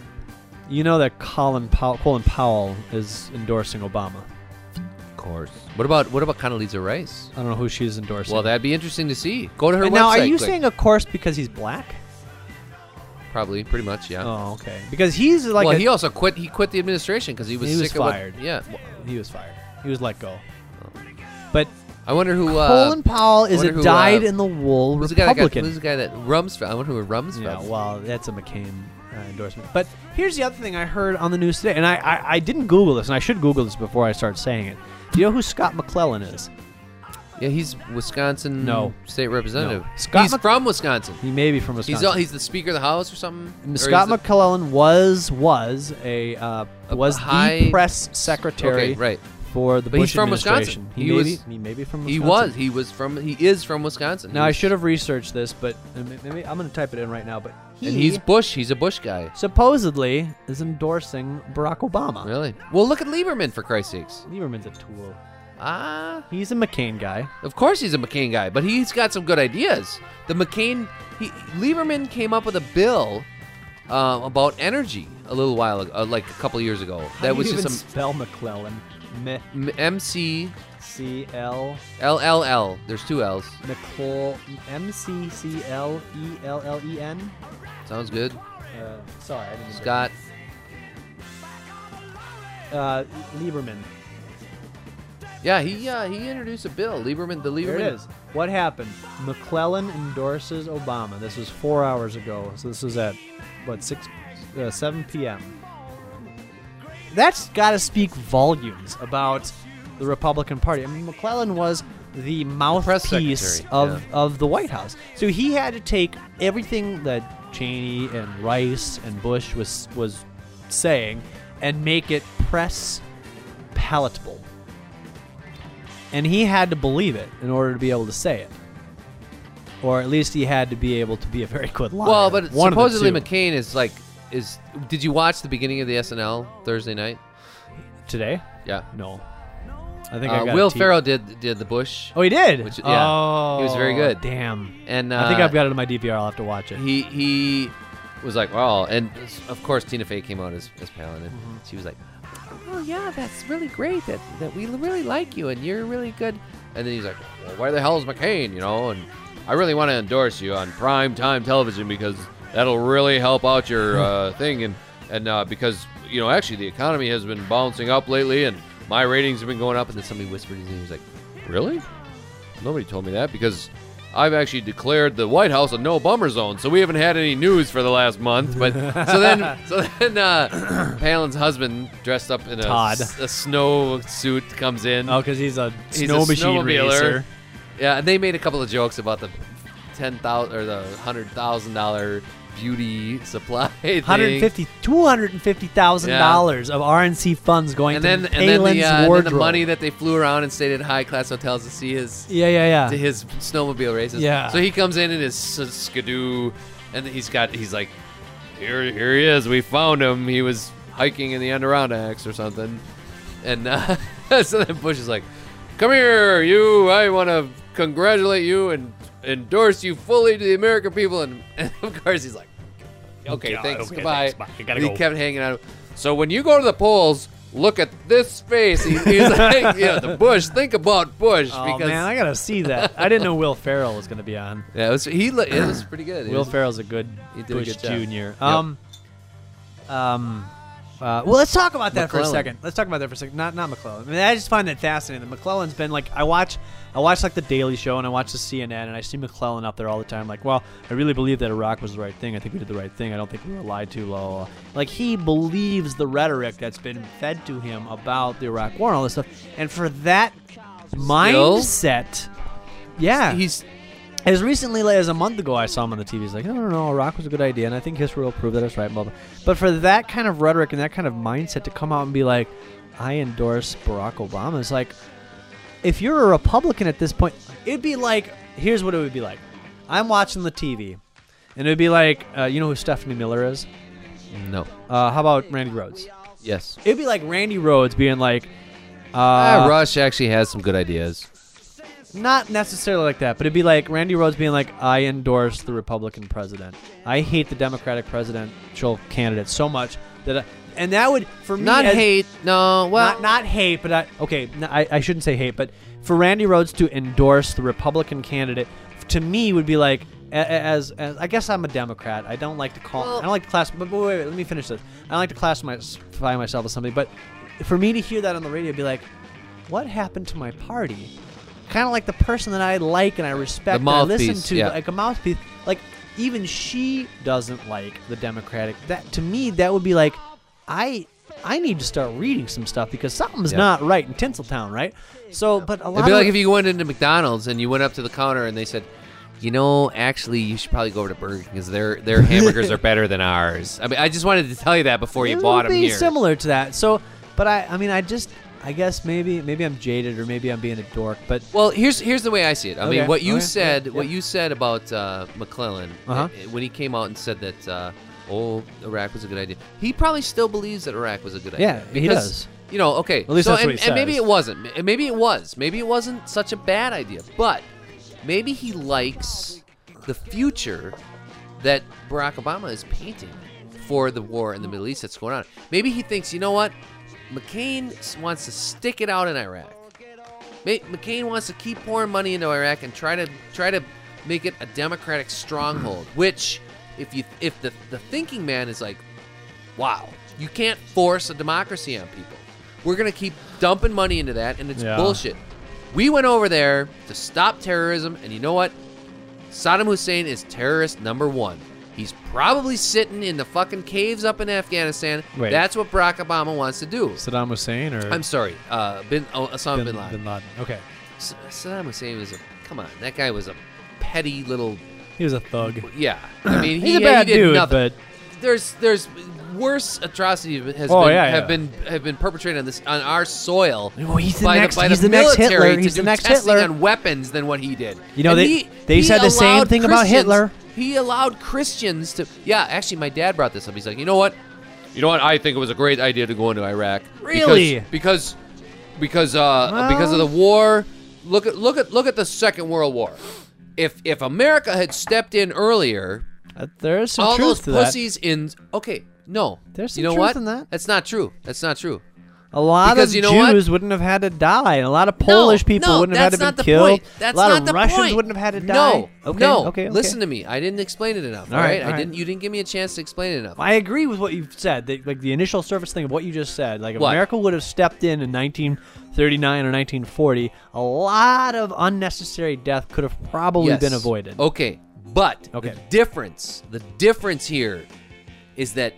Speaker 1: you know that Colin Powell, Colin Powell is endorsing Obama.
Speaker 3: Of course. What about what about Condoleezza Rice?
Speaker 1: I don't know who she's endorsing.
Speaker 3: Well, that'd be interesting to see. Go to her
Speaker 1: And
Speaker 3: website.
Speaker 1: now, are you
Speaker 3: click.
Speaker 1: saying of course because he's black?
Speaker 3: probably pretty much? Yeah.
Speaker 1: Oh, okay. Because he's like
Speaker 3: well,
Speaker 1: a-
Speaker 3: he also quit. He quit the administration because he was
Speaker 1: He was
Speaker 3: sick of what-
Speaker 1: fired.
Speaker 3: yeah.
Speaker 1: he was fired. He was let go. But
Speaker 3: I wonder who. Uh,
Speaker 1: Colin Powell is
Speaker 3: wonder
Speaker 1: a
Speaker 3: who, uh,
Speaker 1: dyed in the wool
Speaker 3: who's the guy that got,
Speaker 1: Republican.
Speaker 3: who's the guy that Rumsfeld? I wonder who Rumsfeld.
Speaker 1: Yeah, well, that's a McCain uh, endorsement. But here's the other thing I heard on the news today, and I, I, I didn't Google this, and I should Google this before I start saying it. Do you know who Scott McClellan is?
Speaker 3: yeah, he's Wisconsin.
Speaker 1: No.
Speaker 3: state representative.
Speaker 1: No. Scott
Speaker 3: he's
Speaker 1: Mc-
Speaker 3: from Wisconsin.
Speaker 1: He may be from
Speaker 3: He's
Speaker 1: Wisconsin.
Speaker 3: all, he's the Speaker of the House or something. or
Speaker 1: Scott
Speaker 3: he's the-
Speaker 1: McClellan was was a uh,
Speaker 3: A
Speaker 1: was
Speaker 3: high-
Speaker 1: the press secretary
Speaker 3: Okay, right.
Speaker 1: for the
Speaker 3: But
Speaker 1: Bush
Speaker 3: he's from
Speaker 1: administration.
Speaker 3: Wisconsin.
Speaker 1: He,
Speaker 3: He
Speaker 1: may
Speaker 3: was-
Speaker 1: be, he may be from
Speaker 3: He
Speaker 1: Wisconsin.
Speaker 3: was. He was from. He is from Wisconsin.
Speaker 1: Now I should have researched this, but uh, may- maybe I'm going to type it in right now. But he
Speaker 3: And he's Bush. He's a Bush guy.
Speaker 1: supposedly is endorsing Barack Obama.
Speaker 3: Really? Well, look at Lieberman for Christ's sakes.
Speaker 1: Lieberman's a tool.
Speaker 3: Ah.
Speaker 1: He's a McCain guy.
Speaker 3: Of course he's a McCain guy, but he's got some good ideas. The McCain, he, Lieberman came up with a bill um, about energy a little while ago, uh, like a couple years ago. that was just
Speaker 1: spell McClellan.
Speaker 3: a M C
Speaker 1: C L
Speaker 3: L L L. There's two L's.
Speaker 1: McClel M C C L E L L E N.
Speaker 3: Sounds good.
Speaker 1: Uh, sorry, I didn't.
Speaker 3: Scott.
Speaker 1: Uh, Lieberman.
Speaker 3: Yeah, he uh, he introduced a bill. Lieberman, the Lieberman.
Speaker 1: Here it is. What happened? McClellan endorses Obama. This was four hours ago. So this was at what six, uh, seven p.m. That's got to speak volumes about the Republican Party. I mean, McClellan was the mouthpiece
Speaker 3: secretary,
Speaker 1: of of the White House, so he had to take everything that Cheney and Rice and Bush was was saying and make it press palatable. And he had to believe it in order to be able to say it. Or at least he had to be able to be a very good liar.
Speaker 3: Well, but
Speaker 1: One of the
Speaker 3: supposedly
Speaker 1: two.
Speaker 3: McCain is like is. Did you watch the beginning of the SNL Thursday night?
Speaker 1: today?
Speaker 3: Yeah.
Speaker 1: No. I think I
Speaker 3: Uh,
Speaker 1: got
Speaker 3: Will
Speaker 1: it.
Speaker 3: Farrell did did the Bush.
Speaker 1: Oh, he did.
Speaker 3: Which- yeah.
Speaker 1: Oh,
Speaker 3: He was very good.
Speaker 1: Damn.
Speaker 3: And uh,
Speaker 1: I think I've got it on my DVR. I'll have to watch it.
Speaker 3: He he was like, "Wow!" And of course, Tina Fey came out as, as Palin, and she was like, "Oh yeah, that's really great. That that we really like you, and you're really good." And then he's like, well, "Where the hell is McCain?" You know, and I really want to endorse you on prime time television because that'll really help out your uh, thing, and and uh, because you know actually the economy has been bouncing up lately, and my ratings have been going up. And then somebody whispered, and he was like, "Really?" Nobody told me that because I've actually declared the White House a no bummer zone, so we haven't had any news for the last month. But so then, so then, uh, Palin's husband, dressed up in a,
Speaker 1: Todd.
Speaker 3: s- a snow suit, comes in.
Speaker 1: Oh, because he's a
Speaker 3: He's
Speaker 1: snow
Speaker 3: a
Speaker 1: machine
Speaker 3: snowmobiler.
Speaker 1: racer.
Speaker 3: Yeah, and they made a couple of jokes about the ten thousand or the hundred thousand dollar beauty supply thing.
Speaker 1: 150 $250,000 of RNC funds going
Speaker 3: and then
Speaker 1: to
Speaker 3: and then, the,
Speaker 1: Palin's
Speaker 3: uh, and then
Speaker 1: wardrobe.
Speaker 3: the money that they flew around and stayed at high class hotels to see his
Speaker 1: yeah, yeah,
Speaker 3: to
Speaker 1: yeah.
Speaker 3: his snowmobile races.
Speaker 1: Yeah.
Speaker 3: So he comes in in his s- skidoo, and he's got he's like, here here he is. We found him. He was hiking in the Adirondacks or something, and uh, so then Bush is like, come here, you. I want to congratulate you and endorse you fully to the American people. And, and of course he's like, okay,
Speaker 1: Yeah,
Speaker 3: thanks,
Speaker 1: okay,
Speaker 3: goodbye.
Speaker 1: thanks, bye. I gotta
Speaker 3: And
Speaker 1: go.
Speaker 3: He kept hanging out. So when you go to the polls. Look at this face. He, he's like, you know, the Bush. Think about Bush
Speaker 1: Oh
Speaker 3: because
Speaker 1: man, I gotta see that. I didn't know Will Ferrell was gonna be on.
Speaker 3: yeah, it was he. Lo- it was pretty good. It
Speaker 1: Will
Speaker 3: was-
Speaker 1: Ferrell's a good
Speaker 3: He did a
Speaker 1: Bush
Speaker 3: good job.
Speaker 1: Junior.
Speaker 3: Yep.
Speaker 1: Um, um, uh, well, let's talk about that for a
Speaker 3: McClellan.
Speaker 1: second. Let's talk about that for a second. Not not McClellan. I, mean, I just find that fascinating. That McClellan's been like I watch, I watch like the Daily Show and I watch the CNN and I see McClellan up there all the time. Like, well, I really believe that Iraq was the right thing. I think we did the right thing. I don't think we were lied to. Blah, blah, blah. Like he believes the rhetoric that's been fed to him about the Iraq War and all this stuff. And for that mindset, yeah,
Speaker 3: He's
Speaker 1: as recently like, as a month ago, I saw him on the TV. He's like, no, no, no, Iraq was a good idea, and I think history will prove that it's right. Blah, blah. But for that kind of rhetoric and that kind of mindset to come out and be like, I endorse Barack Obama, it's like, if you're a Republican at this point, it'd be like, here's what it would be like. I'm watching the TV, and it'd be like, uh, you know who Stephanie Miller is?
Speaker 3: no.
Speaker 1: Uh, how about Randy Rhodes?
Speaker 3: Yes.
Speaker 1: It'd be like Randy Rhodes being like, uh,
Speaker 3: Ah, Rush actually has some good ideas.
Speaker 1: Not necessarily like that, but it'd be like Randy Rhodes being like, I endorse the Republican president. I hate the Democratic presidential candidate so much that, I, and that would for me
Speaker 3: Not
Speaker 1: as-
Speaker 3: hate. No. Well.
Speaker 1: not not hate, but I, okay, n- I, I shouldn't say hate, but for Randy Rhodes to endorse the Republican candidate to me would be like a- a- as, as I guess I'm a Democrat. I don't like to call. I don't like to class. But wait, wait, wait, let me finish this. I don't like to classify myself as something, but for me to hear that on the radio, be like, what happened to my party? Kind of like the person that I like and I respect, and I listen
Speaker 3: mouthpiece,
Speaker 1: to,
Speaker 3: yeah.
Speaker 1: like a mouthpiece. Like even she doesn't like the Democratic. That to me, that would be like, I I need to start reading some stuff because something's
Speaker 3: Yeah.
Speaker 1: not right in Tinseltown, right? So, but a lot
Speaker 3: It'd be
Speaker 1: of
Speaker 3: like if you went into McDonald's and you went up to the counter and they said, you know, actually, you should probably go over to Burger King because their their hamburgers are better than ours. I mean, I just wanted to tell you that before
Speaker 1: it
Speaker 3: you
Speaker 1: would
Speaker 3: bought them
Speaker 1: be
Speaker 3: here.
Speaker 1: similar to that. So, but I I mean I just I guess maybe maybe I'm jaded or maybe I'm being a dork, but
Speaker 3: Well, here's here's the way I see it. I
Speaker 1: Okay,
Speaker 3: mean, what you
Speaker 1: okay,
Speaker 3: said,
Speaker 1: yeah,
Speaker 3: what
Speaker 1: yeah.
Speaker 3: you said about uh, McClellan
Speaker 1: Uh-huh.
Speaker 3: uh, when he came out and said that, uh, oh, Iraq was a good idea. He probably still believes that Iraq was a good idea.
Speaker 1: Yeah, he
Speaker 3: because,
Speaker 1: does.
Speaker 3: You know, okay. At
Speaker 1: least
Speaker 3: so,
Speaker 1: that's
Speaker 3: and,
Speaker 1: what he
Speaker 3: and maybe
Speaker 1: says.
Speaker 3: it wasn't. M- Maybe it was. Maybe it wasn't such a bad idea. But maybe he likes the future that Barack Obama is painting for the war in the Middle East that's going on. Maybe he thinks, you know what, McCain s- wants to stick it out in Iraq. Ma- McCain wants to keep pouring money into Iraq and try to try to make it a democratic stronghold. Which, if you if the the thinking man is like, wow, you can't force a democracy on people. We're gonna keep dumping money into that, and it's
Speaker 1: Yeah.
Speaker 3: bullshit. We went over there to stop terrorism, and you know what? Saddam Hussein is terrorist number one. He's probably sitting in the fucking caves up in Afghanistan.
Speaker 1: Wait.
Speaker 3: That's what Barack Obama wants to do.
Speaker 1: Saddam Hussein or
Speaker 3: I'm sorry, uh, bin, oh, Osama bin, Laden.
Speaker 1: Okay,
Speaker 3: S- Saddam Hussein was a come on. That guy was a petty little
Speaker 1: he was a thug.
Speaker 3: yeah. I mean,
Speaker 1: He's
Speaker 3: he,
Speaker 1: a bad
Speaker 3: he did
Speaker 1: dude,
Speaker 3: nothing.
Speaker 1: but
Speaker 3: there's there's worse atrocities that has
Speaker 1: Oh,
Speaker 3: been,
Speaker 1: yeah,
Speaker 3: have
Speaker 1: yeah.
Speaker 3: been have been perpetrated on this on our soil.
Speaker 1: Oh, he's the
Speaker 3: by
Speaker 1: next-
Speaker 3: by
Speaker 1: he's the next Hitler,
Speaker 3: military to
Speaker 1: he's the
Speaker 3: do
Speaker 1: next
Speaker 3: testing
Speaker 1: Hitler.
Speaker 3: on weapons than what he did.
Speaker 1: You know,
Speaker 3: And
Speaker 1: they-
Speaker 3: he,
Speaker 1: they
Speaker 3: he
Speaker 1: said the same
Speaker 3: allowed
Speaker 1: thing about
Speaker 3: Christians-
Speaker 1: Hitler.
Speaker 3: He allowed Christians to yeah. Actually, my dad brought this up. He's like, you know what? You know what? I think it was a great idea to go into Iraq.
Speaker 1: Really?
Speaker 3: Because because because, uh,
Speaker 1: Well-
Speaker 3: because of the war. Look at look at look at the Second World War. If if America had stepped in earlier,
Speaker 1: I Uh, there is some
Speaker 3: all
Speaker 1: truth
Speaker 3: those
Speaker 1: to that.
Speaker 3: pussies in. Okay, no.
Speaker 1: There's some
Speaker 3: you know
Speaker 1: truth
Speaker 3: what?
Speaker 1: in that.
Speaker 3: That's not true. That's not true.
Speaker 1: A lot
Speaker 3: Because
Speaker 1: of
Speaker 3: you know what?
Speaker 1: Jews wouldn't have had to die, and a lot of Polish
Speaker 3: No,
Speaker 1: people
Speaker 3: no,
Speaker 1: wouldn't have had
Speaker 3: that's
Speaker 1: to
Speaker 3: not
Speaker 1: be
Speaker 3: the
Speaker 1: killed.
Speaker 3: Point. That's
Speaker 1: a lot
Speaker 3: not
Speaker 1: of
Speaker 3: the
Speaker 1: Russians
Speaker 3: point.
Speaker 1: wouldn't have had to die.
Speaker 3: No,
Speaker 1: okay,
Speaker 3: no.
Speaker 1: okay, okay.
Speaker 3: Listen to me. I didn't explain it enough.
Speaker 1: All
Speaker 3: all
Speaker 1: right,
Speaker 3: right,
Speaker 1: all
Speaker 3: I
Speaker 1: right.
Speaker 3: didn't. You didn't give me a chance to explain it enough.
Speaker 1: I agree with what you've said. That, like the initial surface thing of what you just said. Like if
Speaker 3: What?
Speaker 1: America would have stepped in in 1939 or 1940, a lot of unnecessary death could have probably
Speaker 3: Yes. Oh.
Speaker 1: been avoided.
Speaker 3: Okay, but
Speaker 1: Okay.
Speaker 3: the difference, the difference here is that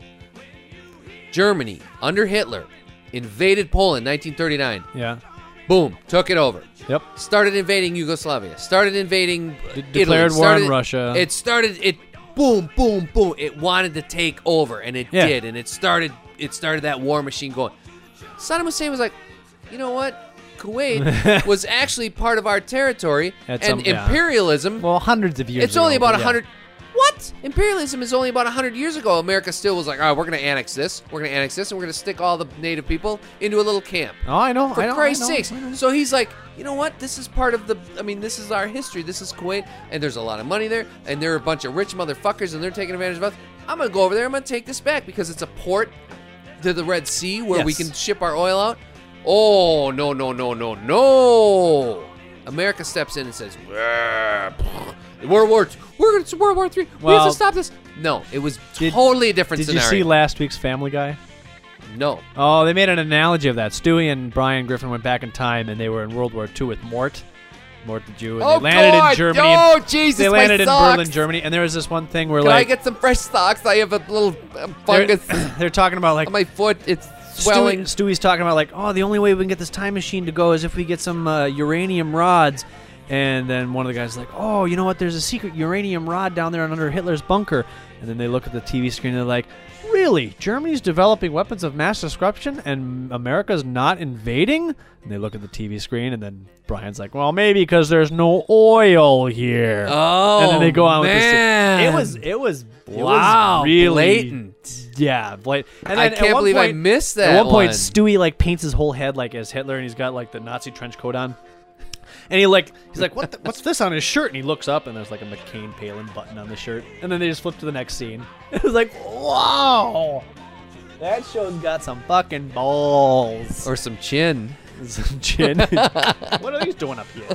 Speaker 3: Germany under Hitler invaded Poland 1939.
Speaker 1: Yeah.
Speaker 3: Boom, took it over.
Speaker 1: Yep.
Speaker 3: Started invading Yugoslavia. Started invading
Speaker 1: De-
Speaker 3: Italy,
Speaker 1: declared war on
Speaker 3: started-
Speaker 1: Russia.
Speaker 3: It started it boom boom boom. It wanted to take over and it
Speaker 1: Yeah.
Speaker 3: did and it started it started that war machine going. Saddam Hussein was like, "You know what? Kuwait was actually part of our territory
Speaker 1: At some-
Speaker 3: and
Speaker 1: yeah.
Speaker 3: imperialism
Speaker 1: Well, hundreds of years.
Speaker 3: it's only
Speaker 1: ago,
Speaker 3: about
Speaker 1: but yeah.
Speaker 3: 100 what imperialism is only about 100 years ago america still was like all right we're gonna annex this we're gonna annex this and we're gonna stick all the native people into a little camp
Speaker 1: Oh, I know.
Speaker 3: for
Speaker 1: I know, I
Speaker 3: christ's
Speaker 1: know,
Speaker 3: sakes
Speaker 1: I know.
Speaker 3: so he's like you know what this is part of the i mean this is our history this is kuwait and there's a lot of money there and there are a bunch of rich motherfuckers and they're taking advantage of us i'm gonna go over there i'm gonna take this back because it's a port to the red sea where we
Speaker 1: Yes.
Speaker 3: can ship our oil out oh no no no no no america steps in and says World War. Two. We're it's World War Three. we have
Speaker 1: Well-
Speaker 3: to stop this. No, it was
Speaker 1: Did-
Speaker 3: totally a different
Speaker 1: Did you see
Speaker 3: scenario.
Speaker 1: last week's Family Guy?
Speaker 3: no.
Speaker 1: Oh, they made an analogy of that. Stewie and Brian Griffin went back in time, and they were in World War II with Mort, Mort the Jew, and
Speaker 3: Oh
Speaker 1: they landed
Speaker 3: God!
Speaker 1: in Germany.
Speaker 3: Oh Jesus!
Speaker 1: they landed
Speaker 3: my
Speaker 1: in
Speaker 3: socks.
Speaker 1: Berlin, Germany, and there was this one thing where
Speaker 3: Can
Speaker 1: like
Speaker 3: I get some fresh socks? I have a little um,
Speaker 1: they're,
Speaker 3: fungus
Speaker 1: they're talking about like
Speaker 3: on my foot. It's
Speaker 1: Stewie,
Speaker 3: swelling.
Speaker 1: Stewie's talking about like, oh, the only way we can get this time machine to go is if we get some uh, uranium rods. And then one of the guys is like, oh, you know what? There's a secret uranium rod down there under Hitler's bunker. And then they look at the TV screen and they're like, really? Germany's developing weapons of mass destruction and America's not invading? And they look at the TV screen and then Brian's like, well, maybe because there's no oil here.
Speaker 3: Oh,
Speaker 1: and then they go on
Speaker 3: man.
Speaker 1: with this. It was, it was, it
Speaker 3: wow,
Speaker 1: was really
Speaker 3: blatant.
Speaker 1: yeah, Blade. And
Speaker 3: I
Speaker 1: then at
Speaker 3: can't
Speaker 1: one
Speaker 3: believe I
Speaker 1: point-
Speaker 3: missed that
Speaker 1: At one, point,
Speaker 3: one.
Speaker 1: Stewie like paints his whole head like as Hitler, and he's got like the Nazi trench coat on. And he like he's like, what the, what's this on his shirt? And he looks up, and there's like a McCain Palin button on the shirt. And then they just flip to the next scene. It was like, wow, that show's got some fucking balls
Speaker 3: Or some chin.
Speaker 1: some chin. what are these doing up here?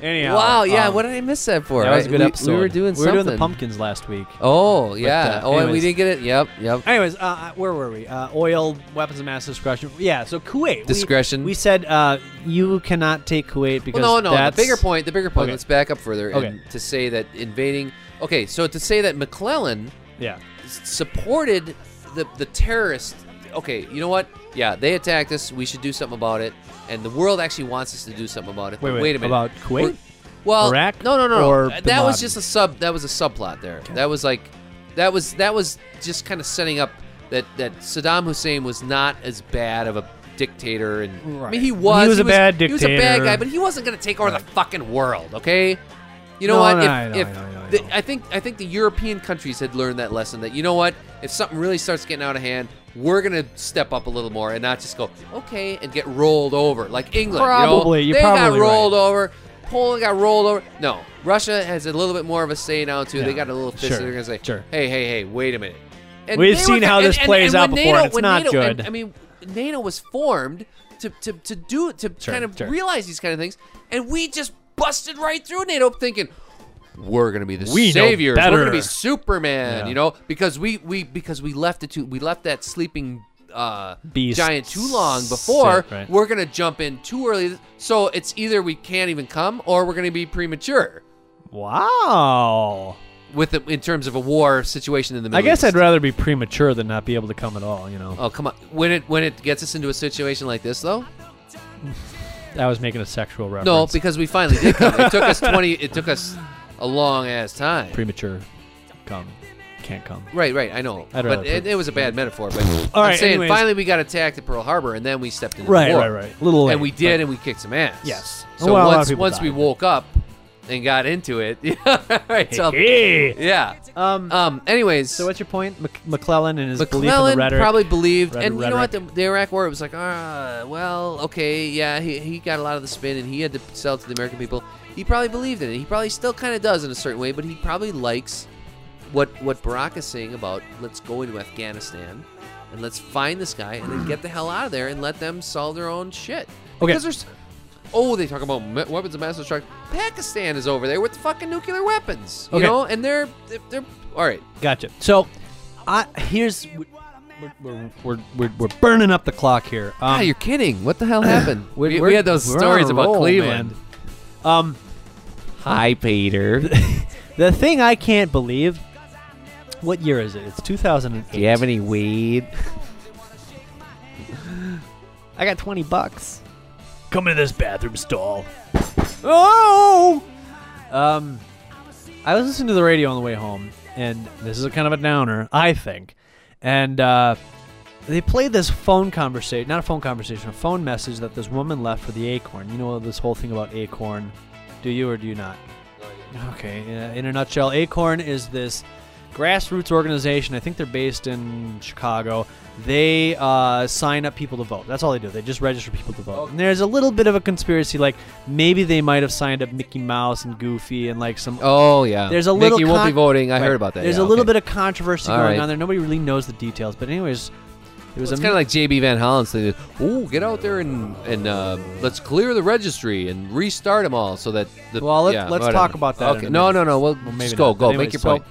Speaker 1: Anyhow,
Speaker 3: wow. Yeah.
Speaker 1: um,
Speaker 3: what did I miss that for?
Speaker 1: that was a
Speaker 3: I-
Speaker 1: good
Speaker 3: we,
Speaker 1: episode.
Speaker 3: We were doing
Speaker 1: we were
Speaker 3: something.
Speaker 1: doing the pumpkins last week.
Speaker 3: Oh
Speaker 1: uh,
Speaker 3: yeah. oh, and we
Speaker 1: anyways.
Speaker 3: didn't get it. Yep. Yep.
Speaker 1: Anyways, uh, uh, where were we? Uh, oil, weapons of mass destruction. Yeah, so Kuwait. we-
Speaker 3: Discretion.
Speaker 1: We, said uh, you cannot take Kuwait because
Speaker 3: Well, no, no.
Speaker 1: That's,
Speaker 3: The bigger point. The bigger point.
Speaker 1: Okay.
Speaker 3: Let's back up further
Speaker 1: Okay.
Speaker 3: and to say that invading. Okay, so to say that McClellan
Speaker 1: Yeah,
Speaker 3: s- supported the the terrorist. Okay, you know what? Yeah, they attacked us. We should do something about it. And the world actually wants us to do something about it.
Speaker 1: Wait,
Speaker 3: But
Speaker 1: wait,
Speaker 3: a minute.
Speaker 1: about Kuwait?
Speaker 3: We're- well,
Speaker 1: Iraq?
Speaker 3: No, no, no. no.
Speaker 1: Or
Speaker 3: that
Speaker 1: Bin
Speaker 3: was
Speaker 1: Laden?
Speaker 3: just a sub. That was a subplot there. That was like, that was that was just kind of setting up that that Saddam Hussein was not as bad of a dictator. And I
Speaker 1: Right.
Speaker 3: mean, he was.
Speaker 1: He was a bad
Speaker 3: He was a bad
Speaker 1: dictator.
Speaker 3: guy, but he wasn't going to take over the fucking world. Okay. You know
Speaker 1: No,
Speaker 3: what?
Speaker 1: no,
Speaker 3: if,
Speaker 1: I know,
Speaker 3: if
Speaker 1: I know, I know, I
Speaker 3: the-
Speaker 1: know.
Speaker 3: I think I think the European countries had learned that lesson that you know what if something really starts getting out of hand we're gonna step up a little more and not just go okay and get rolled over like England you know?
Speaker 1: Probably, you're
Speaker 3: they
Speaker 1: probably
Speaker 3: got
Speaker 1: right.
Speaker 3: rolled over Poland got rolled over no Russia has a little bit more of a say now too they
Speaker 1: Yeah.
Speaker 3: got a little fist
Speaker 1: Sure,
Speaker 3: and they're gonna say
Speaker 1: sure.
Speaker 3: hey hey hey wait a minute and
Speaker 1: We've
Speaker 3: they
Speaker 1: seen how this plays out
Speaker 3: when
Speaker 1: before, and it's
Speaker 3: when
Speaker 1: not
Speaker 3: NATO- and-
Speaker 1: good.
Speaker 3: I mean NATO was formed to to, to do to
Speaker 1: Sure,
Speaker 3: kind of
Speaker 1: sure.
Speaker 3: realize these kind of things and we just busted right through NATO thinking we're gonna be the
Speaker 1: We know
Speaker 3: saviors. We're gonna
Speaker 1: better.
Speaker 3: be Superman,
Speaker 1: Yeah.
Speaker 3: you know, because we we because we left it too we left that sleeping uh,
Speaker 1: Beast
Speaker 3: giant too long before.
Speaker 1: sit, right.
Speaker 3: We're gonna jump in too early, so it's either we can't even come or we're gonna be premature
Speaker 1: wow.
Speaker 3: with the, in terms of a war situation in the Middle
Speaker 1: I guess
Speaker 3: East.
Speaker 1: I'd rather be premature than not be able to come at all. You know,
Speaker 3: Oh come on! When it when it gets us into a situation like this, though,
Speaker 1: I was making a sexual reference.
Speaker 3: Uh, no, because we finally did come. It took us twenty. It took us a long ass time.
Speaker 1: premature, come, can't come.
Speaker 3: Right, right. I know,
Speaker 1: I'd rather
Speaker 3: but it,
Speaker 1: put-
Speaker 3: it was a bad metaphor. But
Speaker 1: All
Speaker 3: I'm
Speaker 1: right,
Speaker 3: saying
Speaker 1: anyways.
Speaker 3: finally we got attacked at Pearl Harbor, and then we stepped into
Speaker 1: Right,
Speaker 3: the war.
Speaker 1: right, right. A little late,
Speaker 3: and we did,
Speaker 1: but-
Speaker 3: and we kicked some ass.
Speaker 1: Yes.
Speaker 3: So
Speaker 1: Well, a lot of
Speaker 3: once
Speaker 1: people
Speaker 3: once we
Speaker 1: died.
Speaker 3: woke up and got into it, yeah, right. So,
Speaker 1: Hey.
Speaker 3: yeah.
Speaker 1: Um.
Speaker 3: Um. Anyways,
Speaker 1: So what's your point, Mc- McClellan and his belief in
Speaker 3: McClellan
Speaker 1: the rhetoric?
Speaker 3: probably believed,
Speaker 1: Rhetoric,
Speaker 3: and you know what? The, the Iraq War it was like, ah, well, okay, yeah, he, he got a lot of the spin, and he had to sell to the American people. He probably believed in it. He probably still kind of does in a certain way, but he probably likes what what Barack is saying about let's go into Afghanistan and let's find this guy and then get the hell out of there and let them solve their own shit.
Speaker 1: Okay.
Speaker 3: Because there's oh they talk about me- weapons of mass destruction. Pakistan is over there with fucking nuclear weapons, you
Speaker 1: Okay.
Speaker 3: know, and they're they're, they're all right.
Speaker 1: Gotcha. So, I here's we're we're, we're, we're, we're burning up the clock here. Um,
Speaker 3: ah, you're kidding. What the hell happened?
Speaker 1: we're-
Speaker 3: we, we
Speaker 1: we're-
Speaker 3: had those
Speaker 1: we're on
Speaker 3: stories
Speaker 1: a
Speaker 3: about
Speaker 1: roll,
Speaker 3: Cleveland.
Speaker 1: man. Um,
Speaker 3: Hi, Peter.
Speaker 1: the thing I can't believe. What year is it? It's 2008.
Speaker 3: any weed?
Speaker 1: I got 20 bucks. Come into this bathroom stall. Oh! Um, I was listening to the radio on the way home, and this is a kind of a downer, I think. And uh, they played this phone conversation, not a phone conversation, a phone message that this woman left for the Acorn. You know this whole thing about Acorn. Do you or do you not? Okay. uh, In a nutshell, Acorn is this grassroots organization. I think they're based in Chicago. They uh, sign up people to vote. That's all they do. They just register people to vote. And there's a little bit of a conspiracy, like maybe they might have signed up Mickey Mouse and Goofy and like some.
Speaker 3: Oh yeah.
Speaker 1: There's a
Speaker 3: Mickey
Speaker 1: little.
Speaker 3: won't
Speaker 1: con-
Speaker 3: be voting. I
Speaker 1: Right.
Speaker 3: heard about that.
Speaker 1: There's a
Speaker 3: Yeah,
Speaker 1: little
Speaker 3: okay.
Speaker 1: bit of controversy
Speaker 3: All
Speaker 1: going
Speaker 3: right.
Speaker 1: on there. Nobody really knows the details, but anyways, there was
Speaker 3: It's
Speaker 1: a
Speaker 3: kind of like JB Van Hollen said, "Ooh, get out there and and uh, let's clear the registry and restart them all so that the
Speaker 1: Well, let,
Speaker 3: yeah,
Speaker 1: us
Speaker 3: whatever.
Speaker 1: talk about that. in
Speaker 3: Okay.
Speaker 1: a
Speaker 3: No,
Speaker 1: minute.
Speaker 3: no, no. Well,
Speaker 1: Well, maybe
Speaker 3: just go,
Speaker 1: not. But
Speaker 3: go.
Speaker 1: anyway,
Speaker 3: Make your
Speaker 1: so,
Speaker 3: point.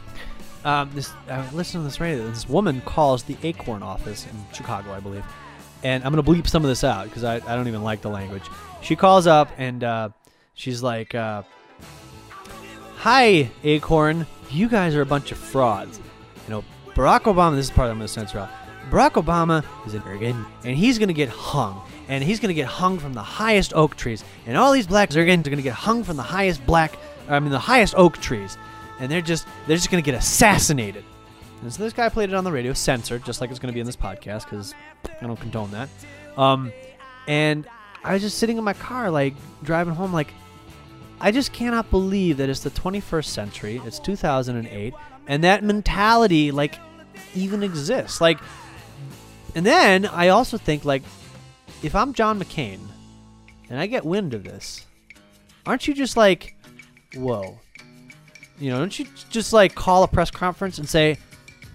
Speaker 1: Um, this, I was listening to this radio. This woman calls the Acorn office in Chicago, I believe, and I'm gonna bleep some of this out because I, I don't even like the language. She calls up and uh, she's like, uh, "Hi, Acorn, you guys are a bunch of frauds. You know, Barack Obama. This is part I'm gonna censor out. Barack Obama is an Oregon, and he's gonna get hung." And he's gonna get hung from the highest oak trees, and all these black Zergans are gonna get hung from the highest black, I mean the highest oak trees and they're just they're just gonna get assassinated. And so this guy played it on the radio, censored, just like it's gonna be in this podcast, because I don't condone that. Um, and I was just sitting in my car, like driving home, like I just cannot believe that it's the 21st century, it's 2008, and that mentality like even exists. Like, and then I also think like if I'm John McCain and I get wind of this, aren't you just like, whoa? You know, don't you just like call a press conference and say,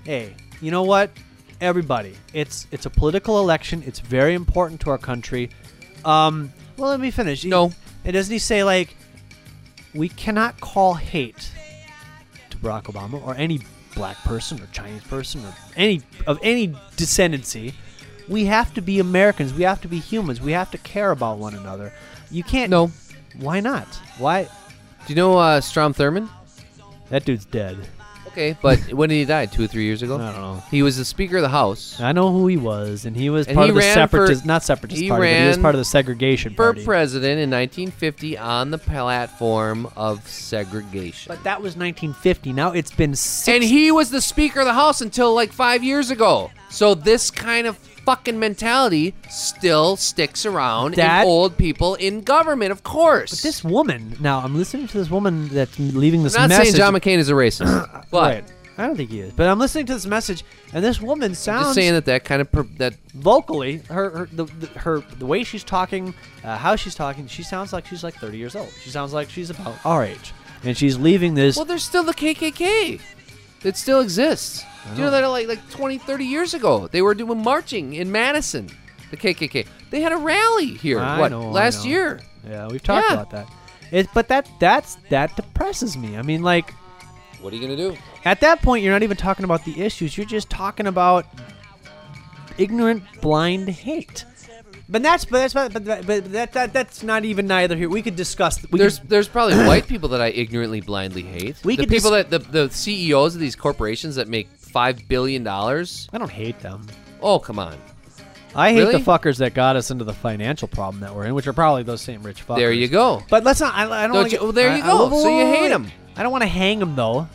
Speaker 1: "Hey, you know what? Everybody, it's it's a political election. It's very important to our country." Um, well, let me finish. He-
Speaker 3: No.
Speaker 1: and doesn't he say like, "We cannot call hate to Barack Obama or any black person or Chinese person or any of any descendancy. We have to be Americans. We have to be humans. We have to care about one another. You can't.
Speaker 3: No. Do
Speaker 1: Why not? Why?
Speaker 3: you know uh, Strom Thurmond?
Speaker 1: That dude's dead.
Speaker 3: Okay, but when did he die? Two or three years ago.
Speaker 1: I don't know.
Speaker 3: He was the Speaker of the House
Speaker 1: I know who he was, and he was
Speaker 3: And
Speaker 1: part
Speaker 3: he
Speaker 1: of the
Speaker 3: ran
Speaker 1: separatist,
Speaker 3: for-
Speaker 1: not separatist
Speaker 3: he
Speaker 1: party, but he was
Speaker 3: ran
Speaker 1: part of the segregation
Speaker 3: for
Speaker 1: party.
Speaker 3: president in 1950 on the platform of segregation.
Speaker 1: but that was 1950. Now it's been six.
Speaker 3: and he was the Speaker of the House until like five years ago. So this kind of fucking mentality still sticks around
Speaker 1: That-
Speaker 3: in old people in government, of course. But
Speaker 1: this woman. Now I'm listening to this woman that's leaving this
Speaker 3: I'm not
Speaker 1: message.
Speaker 3: saying John McCain is a racist, but
Speaker 1: Right. I don't think he is, but I'm listening to this message, and this woman
Speaker 3: I'm just
Speaker 1: sounds
Speaker 3: saying that that kind of per- that
Speaker 1: vocally her her the, the, her the way she's talking, uh, how she's talking. She sounds like she's like 30 years old. She sounds like she's about our age, and she's leaving this.
Speaker 3: well, there's still the KKK. It still exists. Do you know that like like 20, 30 years ago they were doing marching in Madison, the KKK. They had a rally here.
Speaker 1: I
Speaker 3: what
Speaker 1: know, I
Speaker 3: last
Speaker 1: know.
Speaker 3: year?
Speaker 1: Yeah, we've talked
Speaker 3: Yeah.
Speaker 1: about that. It, but that that's that depresses me. I mean, like
Speaker 3: What are you gonna do?
Speaker 1: at that point, you're not even talking about the issues. You're just talking about ignorant, blind hate. But that's but that's but, but, but that, that that's not even neither here. We could discuss. We
Speaker 3: there's
Speaker 1: could,
Speaker 3: there's probably white people that I ignorantly blindly hate.
Speaker 1: We
Speaker 3: the
Speaker 1: could
Speaker 3: people
Speaker 1: dis-
Speaker 3: that the, the CEOs of these corporations that make five billion dollars.
Speaker 1: I don't hate them.
Speaker 3: Oh come on,
Speaker 1: I hate
Speaker 3: Really?
Speaker 1: the fuckers that got us into the financial problem that we're in, which are probably those same rich fuckers.
Speaker 3: there you go.
Speaker 1: But let's not. I, I don't.
Speaker 3: Don't
Speaker 1: wanna
Speaker 3: you-
Speaker 1: get,
Speaker 3: well, there
Speaker 1: I-
Speaker 3: you
Speaker 1: I-
Speaker 3: go.
Speaker 1: whoa,
Speaker 3: So
Speaker 1: whoa,
Speaker 3: you
Speaker 1: whoa,
Speaker 3: hate
Speaker 1: whoa.
Speaker 3: 'em.
Speaker 1: I don't want to hang them though.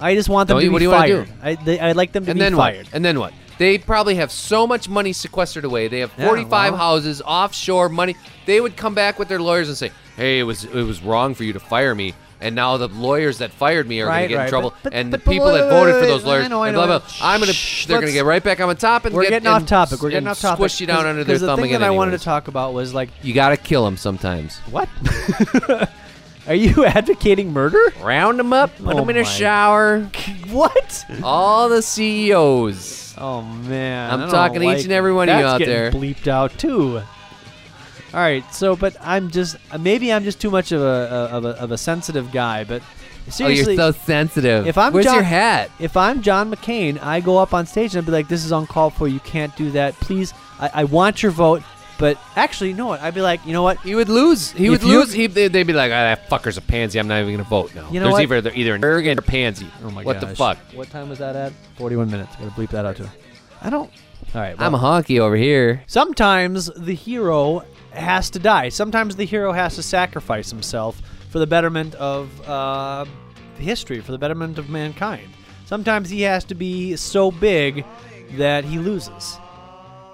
Speaker 1: I just want them
Speaker 3: Don't
Speaker 1: to
Speaker 3: you?
Speaker 1: be
Speaker 3: What do you
Speaker 1: fired.
Speaker 3: wanna do?
Speaker 1: I, they, I'd like them to
Speaker 3: And
Speaker 1: be
Speaker 3: then
Speaker 1: fired.
Speaker 3: what? And then what? They probably have so much money sequestered away. They have
Speaker 1: Yeah,
Speaker 3: 45
Speaker 1: well.
Speaker 3: houses offshore money. They would come back with their lawyers and say, "Hey, it was it was wrong for you to fire me." And now the lawyers that fired me are going
Speaker 1: Right,
Speaker 3: to get
Speaker 1: right.
Speaker 3: in trouble,
Speaker 1: But- but-
Speaker 3: and
Speaker 1: but-
Speaker 3: the
Speaker 1: but
Speaker 3: people
Speaker 1: wait,
Speaker 3: that voted
Speaker 1: wait,
Speaker 3: for
Speaker 1: wait,
Speaker 3: those lawyers,
Speaker 1: I know, I
Speaker 3: and blah,
Speaker 1: know.
Speaker 3: blah, blah. I'm gonna,
Speaker 1: Shh,
Speaker 3: they're going to
Speaker 1: let's-
Speaker 3: get right back on the top, and
Speaker 1: We're
Speaker 3: get,
Speaker 1: getting off
Speaker 3: and
Speaker 1: topic. We're getting
Speaker 3: and
Speaker 1: off topic.
Speaker 3: Squish you down
Speaker 1: 'Cause-
Speaker 3: under their
Speaker 1: 'cause
Speaker 3: thumb
Speaker 1: the thing
Speaker 3: again.
Speaker 1: that I wanted
Speaker 3: anyways.
Speaker 1: to talk about was like
Speaker 3: You gotta kill them sometimes.
Speaker 1: what? Are you advocating murder?
Speaker 3: Round them up, put
Speaker 1: Oh
Speaker 3: them in a
Speaker 1: my-
Speaker 3: shower.
Speaker 1: What?
Speaker 3: All the E CEOs.
Speaker 1: Oh man,
Speaker 3: I'm
Speaker 1: I don't
Speaker 3: talking to each and every one of
Speaker 1: That's
Speaker 3: you out
Speaker 1: getting
Speaker 3: there.
Speaker 1: Bleeped out too. All right, so but I'm just maybe I'm just too much of a of a, of a sensitive guy, but seriously,
Speaker 3: oh, you're so sensitive.
Speaker 1: if I'm
Speaker 3: Where's
Speaker 1: John-
Speaker 3: your hat?
Speaker 1: if I'm John McCain, I go up on stage and I'd be like, "This is uncalled for. You can't do that. Please, I, I want your vote." But actually, no. I'd be like, you know what?
Speaker 3: He would lose. He would
Speaker 1: If you-
Speaker 3: lose. He, they- they'd be like, ah, that fucker's a pansy. I'm not even gonna vote now.
Speaker 1: You know
Speaker 3: There's
Speaker 1: what?
Speaker 3: either they're either an arrogant or pansy.
Speaker 1: Oh my
Speaker 3: what the
Speaker 1: gosh.
Speaker 3: fuck?
Speaker 1: What time was that at? Forty-one minutes. I gotta bleep that out too. I don't. All right. well-
Speaker 3: I'm a honky over here.
Speaker 1: Sometimes the hero has to die. Sometimes the hero has to sacrifice himself for the betterment of uh, history, for the betterment of mankind. Sometimes he has to be so big that he loses.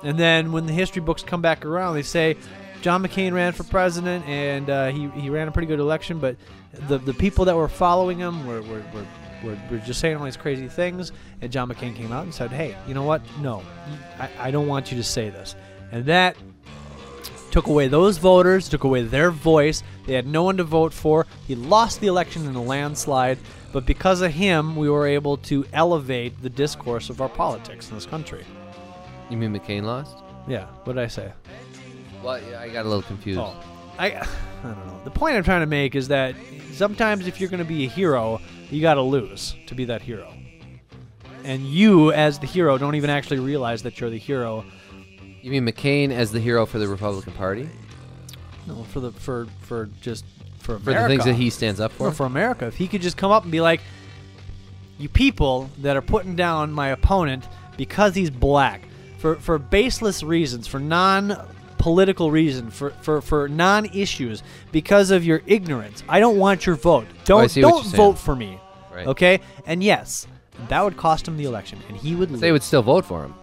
Speaker 1: And then when the history books come back around, they say John McCain ran for president and uh, he, he ran a pretty good election, but the, the people that were following him were, were, were, were, were just saying all these crazy things. And John McCain came out and said, hey, you know what? No, I, I don't want you to say this. And that took away those voters, took away their voice. They had no one to vote for. He lost the election in a landslide, but because of him, we were able to elevate the discourse of our politics in this country.
Speaker 3: You mean McCain lost?
Speaker 1: Yeah, what did I say?
Speaker 3: Well, yeah, I got a little confused.
Speaker 1: Oh, I, I don't know. The point I'm trying to make is that sometimes if you're going to be a hero, you got to lose to be that hero. And you, as the hero, don't even actually realize that you're the hero.
Speaker 3: You mean McCain as the hero for the Republican Party
Speaker 1: No, for the for for just for
Speaker 3: for
Speaker 1: America.
Speaker 3: the things that he stands up for?
Speaker 1: No, for America. If he could just come up and be like, "You people that are putting down my opponent because he's black, for for baseless reasons, for non." political reason for, for for non-issues because of your ignorance i don't want your vote
Speaker 3: Oh, I
Speaker 1: don't
Speaker 3: see what
Speaker 1: don't
Speaker 3: you're saying.
Speaker 1: vote for me
Speaker 3: Right.
Speaker 1: okay and yes that would cost him the election and he would lose
Speaker 3: They would still vote for him.